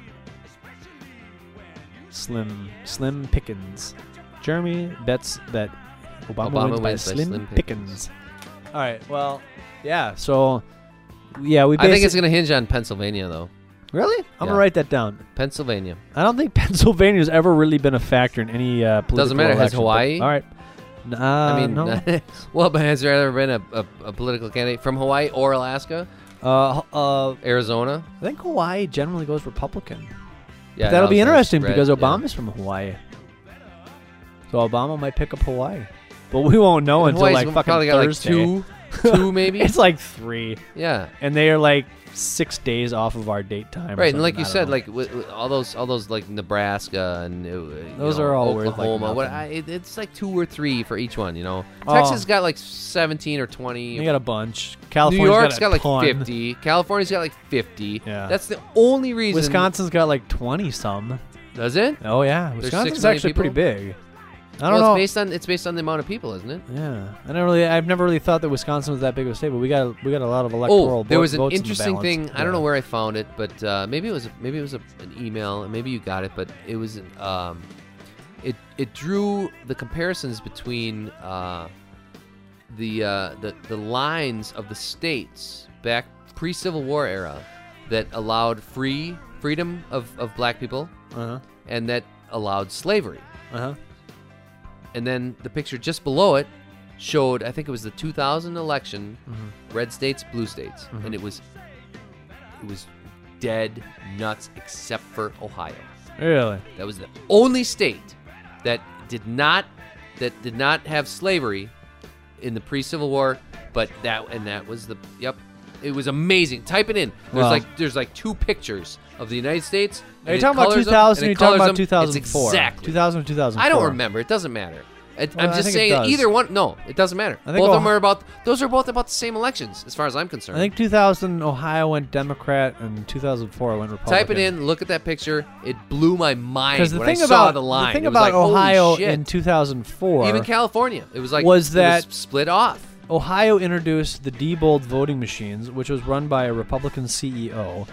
Speaker 1: Slim Slim Pickens, Jeremy bets that Obama, wins,
Speaker 3: Obama
Speaker 1: by,
Speaker 3: wins by
Speaker 1: Slim,
Speaker 3: Slim
Speaker 1: Pickens. All right, well, yeah. So yeah, we.
Speaker 3: I think it's
Speaker 1: basi-
Speaker 3: going to hinge on Pennsylvania though.
Speaker 1: really. I'm
Speaker 3: Yeah.
Speaker 1: gonna write that down.
Speaker 3: Pennsylvania.
Speaker 1: I don't think Pennsylvania's ever really been a factor in any uh, political.
Speaker 3: Doesn't matter. Has
Speaker 1: election, but-
Speaker 3: Hawaii?
Speaker 1: All right. N- Uh,
Speaker 3: I mean,
Speaker 1: no.
Speaker 3: well, but has there ever been a, a, a political candidate from Hawaii or Alaska,
Speaker 1: Uh, h- uh,
Speaker 3: Arizona?
Speaker 1: I think Hawaii generally goes Republican.
Speaker 3: Yeah,
Speaker 1: But that'll
Speaker 3: now
Speaker 1: be
Speaker 3: it's gonna
Speaker 1: interesting
Speaker 3: spread,
Speaker 1: because
Speaker 3: yeah.
Speaker 1: Obama's from Hawaii. So Obama might pick up Hawaii. But we won't know until
Speaker 3: Hawaii's
Speaker 1: like fucking
Speaker 3: probably got like
Speaker 1: Thursday.
Speaker 3: two two maybe.
Speaker 1: It's like three,
Speaker 3: yeah.
Speaker 1: and they are like six days off of our date time. or
Speaker 3: Right,
Speaker 1: something,
Speaker 3: and like you
Speaker 1: I don't
Speaker 3: said,
Speaker 1: know.
Speaker 3: like w- w- all those, all those like Nebraska and uh, you
Speaker 1: Those
Speaker 3: know,
Speaker 1: are all worth, like,
Speaker 3: Oklahoma. what,
Speaker 1: nothing.
Speaker 3: I, it, it's like two or three for each one, you know.
Speaker 1: Oh.
Speaker 3: Texas got like seventeen or twenty.
Speaker 1: you got a bunch.
Speaker 3: New
Speaker 1: California
Speaker 3: York's
Speaker 1: a
Speaker 3: got, like
Speaker 1: ton.
Speaker 3: fifty. California's got like fifty.
Speaker 1: Yeah.
Speaker 3: that's the only reason.
Speaker 1: Wisconsin's got like twenty some.
Speaker 3: does it?
Speaker 1: Oh yeah,
Speaker 3: There's
Speaker 1: Wisconsin's
Speaker 3: six million
Speaker 1: actually pretty big. I
Speaker 3: well,
Speaker 1: don't
Speaker 3: It's
Speaker 1: know.
Speaker 3: based on it's based on the amount of people, isn't it?
Speaker 1: Yeah, I don't really. I've never really thought that Wisconsin was that big of a state, but we got we got a lot of electoral.
Speaker 3: Oh, there
Speaker 1: vo-
Speaker 3: was an
Speaker 1: votes in the
Speaker 3: interesting
Speaker 1: balance.
Speaker 3: thing. I
Speaker 1: Yeah.
Speaker 3: don't know where I found it, but uh, maybe it was maybe it was a, an email, and maybe you got it. But it was an, um, it it drew the comparisons between uh, the uh, the the lines of the states back pre Civil War era that allowed free freedom of of black people,
Speaker 1: Uh-huh.
Speaker 3: and that allowed slavery.
Speaker 1: Uh-huh.
Speaker 3: And then the picture just below it showed, I think it was the 2000 election,
Speaker 1: Mm-hmm.
Speaker 3: red states, blue states, and it was it was dead nuts except for Ohio.
Speaker 1: Really?
Speaker 3: That was the only state that did not that did not have slavery in the pre-Civil War, but that and that was the yep. It was amazing. Type it in. There's
Speaker 1: Wow.
Speaker 3: like there's like two pictures of the United States. and
Speaker 1: Are you
Speaker 3: it
Speaker 1: talking about
Speaker 3: colors 'em,
Speaker 1: 2000?
Speaker 3: and it
Speaker 1: You're talking
Speaker 3: colors
Speaker 1: about
Speaker 3: 'em. It's
Speaker 1: 2004?
Speaker 3: Exactly.
Speaker 1: 2000 or 2004?
Speaker 3: I don't remember. It doesn't matter. I,
Speaker 1: Well, I
Speaker 3: I'm just
Speaker 1: think it
Speaker 3: saying
Speaker 1: does.
Speaker 3: either one. No, it doesn't matter.
Speaker 1: I
Speaker 3: Both
Speaker 1: think
Speaker 3: of them
Speaker 1: Ohio-
Speaker 3: are about. Those are both about the same elections, as far as I'm
Speaker 1: I
Speaker 3: concerned.
Speaker 1: think 2000 Ohio went Democrat and 2004 went Republican.
Speaker 3: Type it in. Look at that picture. It blew my mind
Speaker 1: Because
Speaker 3: when
Speaker 1: the
Speaker 3: I
Speaker 1: thing
Speaker 3: saw
Speaker 1: about
Speaker 3: the line.
Speaker 1: thing
Speaker 3: It was
Speaker 1: about
Speaker 3: like, holy
Speaker 1: Ohio
Speaker 3: shit.
Speaker 1: in 2004,
Speaker 3: even California, it was like
Speaker 1: was
Speaker 3: it
Speaker 1: that-
Speaker 3: split off.
Speaker 1: Ohio introduced the Diebold voting machines, which was run by a Republican CEO.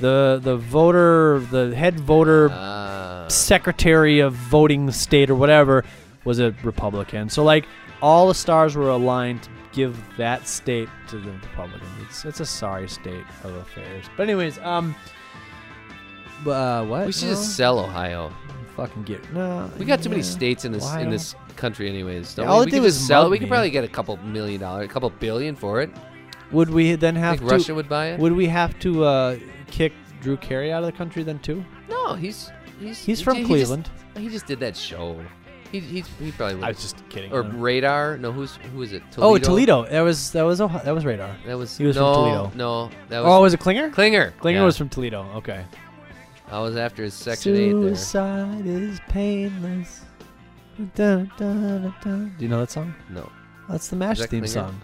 Speaker 1: The the voter, the head voter
Speaker 3: Uh,
Speaker 1: secretary of voting state or whatever was a Republican. So like all the stars were aligned to give that state to the Republicans. It's it's a sorry state of affairs. But anyways, um, uh, what?
Speaker 3: we should
Speaker 1: No?
Speaker 3: just sell Ohio.
Speaker 1: fucking get no.
Speaker 3: We got too many
Speaker 1: yeah.
Speaker 3: states in this
Speaker 1: Why
Speaker 3: in
Speaker 1: not?
Speaker 3: this country, anyways. Don't
Speaker 1: Yeah, all
Speaker 3: we?
Speaker 1: it
Speaker 3: we
Speaker 1: did
Speaker 3: could
Speaker 1: was
Speaker 3: just sell. it.
Speaker 1: mug
Speaker 3: We could
Speaker 1: me.
Speaker 3: probably get a couple million dollars, a couple billion for it.
Speaker 1: Would we then have
Speaker 3: Think
Speaker 1: to?
Speaker 3: Russia would buy it?
Speaker 1: Would we have to uh, kick Drew Carey out of the country then too?
Speaker 3: No, he's he's
Speaker 1: He's
Speaker 3: he
Speaker 1: from
Speaker 3: ju- he just-
Speaker 1: Cleveland.
Speaker 3: He just did that show. He he, he probably would.
Speaker 1: just kidding.
Speaker 3: or Radar? No, who's who is it?
Speaker 1: oh, Toledo. That was that was Ohio, that was radar.
Speaker 3: That was
Speaker 1: He was
Speaker 3: no,
Speaker 1: from Toledo.
Speaker 3: No, that
Speaker 1: oh,
Speaker 3: was
Speaker 1: was it Klinger?
Speaker 3: Klinger.
Speaker 1: Klinger
Speaker 3: Yeah.
Speaker 1: was from Toledo. Okay.
Speaker 3: I was after his section eight there.
Speaker 1: Suicide is painless. Dun, dun, dun, dun. Do you know that song?
Speaker 3: No.
Speaker 1: That's the MASH
Speaker 3: that
Speaker 1: theme
Speaker 3: Klinger?
Speaker 1: song.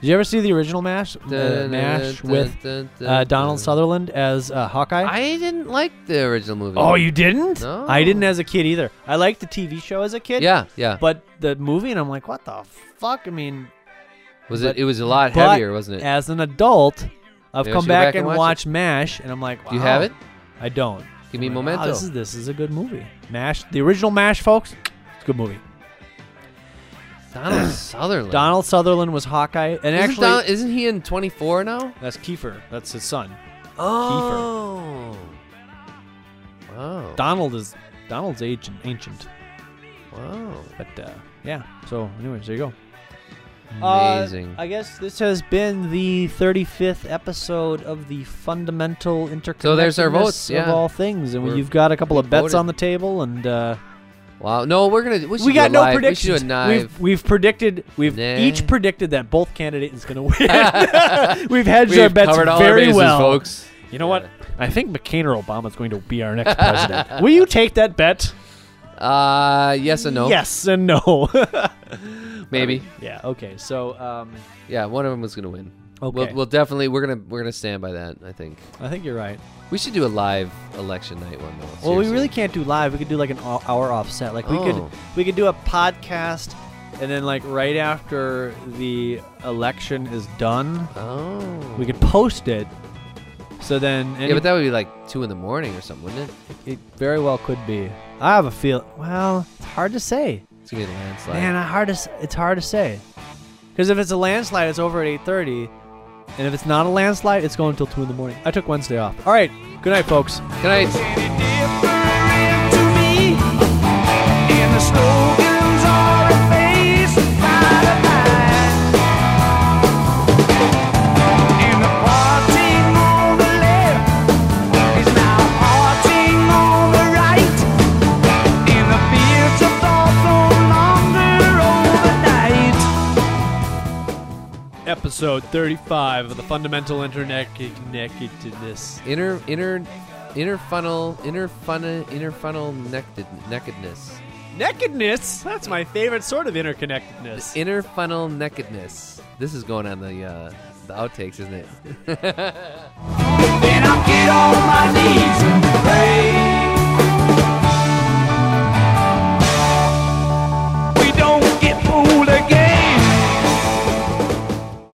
Speaker 1: Did you ever see the original MASH? Uh, MASH with uh, Donald Sutherland as uh, Hawkeye?
Speaker 3: I didn't like the original movie.
Speaker 1: oh, you didn't?
Speaker 3: No.
Speaker 1: I didn't as a kid either. I liked the TV show as a kid.
Speaker 3: Yeah, yeah.
Speaker 1: But the movie, and I'm like, what the fuck? I mean,
Speaker 3: was
Speaker 1: but-
Speaker 3: it? It was a lot
Speaker 1: but
Speaker 3: heavier, wasn't it?
Speaker 1: as an adult, I've
Speaker 3: Maybe I
Speaker 1: come
Speaker 3: should go
Speaker 1: back,
Speaker 3: back
Speaker 1: and,
Speaker 3: and watch
Speaker 1: watched MASH, and I'm like, wow.
Speaker 3: Do you have it?
Speaker 1: I don't.
Speaker 3: Give me
Speaker 1: I'm like, wow,
Speaker 3: Memento.
Speaker 1: this is this is a good movie. Mash, the original Mash, folks. It's a good movie.
Speaker 3: Donald Sutherland.
Speaker 1: Donald Sutherland was Hawkeye, and
Speaker 3: Isn't
Speaker 1: actually,
Speaker 3: Donald- isn't he in 24 now?
Speaker 1: that's Kiefer. That's his son.
Speaker 3: Oh. Wow.
Speaker 1: Donald is Donald's ancient, ancient.
Speaker 3: Wow.
Speaker 1: But uh, yeah. So, anyways, there you go.
Speaker 3: Amazing.
Speaker 1: Uh, I guess this has been the 35th episode of the fundamental interconnectedness
Speaker 3: there's our votes,
Speaker 1: of
Speaker 3: yeah.
Speaker 1: all things, and we
Speaker 3: We're-
Speaker 1: you've got a couple
Speaker 3: we
Speaker 1: of bets
Speaker 3: voted.
Speaker 1: on the table, and uh,
Speaker 3: wow. No, we're gonna. We, should
Speaker 1: we
Speaker 3: do a
Speaker 1: got no
Speaker 3: live-
Speaker 1: predictions.
Speaker 3: We should do a knife.
Speaker 1: We've, we've predicted. We've
Speaker 3: Nah.
Speaker 1: each predicted that both candidate is going to win. we've hedged our
Speaker 3: We've
Speaker 1: bets
Speaker 3: covered all our
Speaker 1: very
Speaker 3: bases,
Speaker 1: well,
Speaker 3: folks.
Speaker 1: You know what? I think McCain or Obama is going to be our next president. Will you take that bet?
Speaker 3: Uh, yes and no.
Speaker 1: Yes and no.
Speaker 3: Maybe.
Speaker 1: yeah. Okay. So, um,
Speaker 3: Yeah, one of them was gonna win.
Speaker 1: Okay.
Speaker 3: We'll, we'll definitely we're gonna we're gonna stand by that. I think
Speaker 1: I think you're right.
Speaker 3: we should do a live election night one though.
Speaker 1: Well, we
Speaker 3: seriously.
Speaker 1: really can't do live. We could do like an ho- hour offset. Like we
Speaker 3: Oh.
Speaker 1: could we could do a podcast, and then like right after the election is done,
Speaker 3: Oh.
Speaker 1: we could post it. So then, any,
Speaker 3: Yeah, but that would be like two in the morning or something, wouldn't it?
Speaker 1: it very well could be. I have a feel. Well, it's hard to say.
Speaker 3: It's gonna be a landslide.
Speaker 1: Man, I hard to, s- it's hard to say. Because if it's a landslide, it's over at 8:30, and if it's not a landslide, it's going until two in the morning. I took Wednesday off. All right. Good night, folks.
Speaker 3: Can I?
Speaker 6: Thought no longer overnight
Speaker 5: episode 35 of the Fundamental Interconnectedness.
Speaker 3: Inner inner inner funnel inner funnel inner funnel nected, nakedness.
Speaker 5: Nakedness? That's my favorite sort of interconnectedness.
Speaker 3: Inner funnel nakedness. This is going on the uh, the outtakes, isn't it?
Speaker 7: Then I'll get on my knees and pray.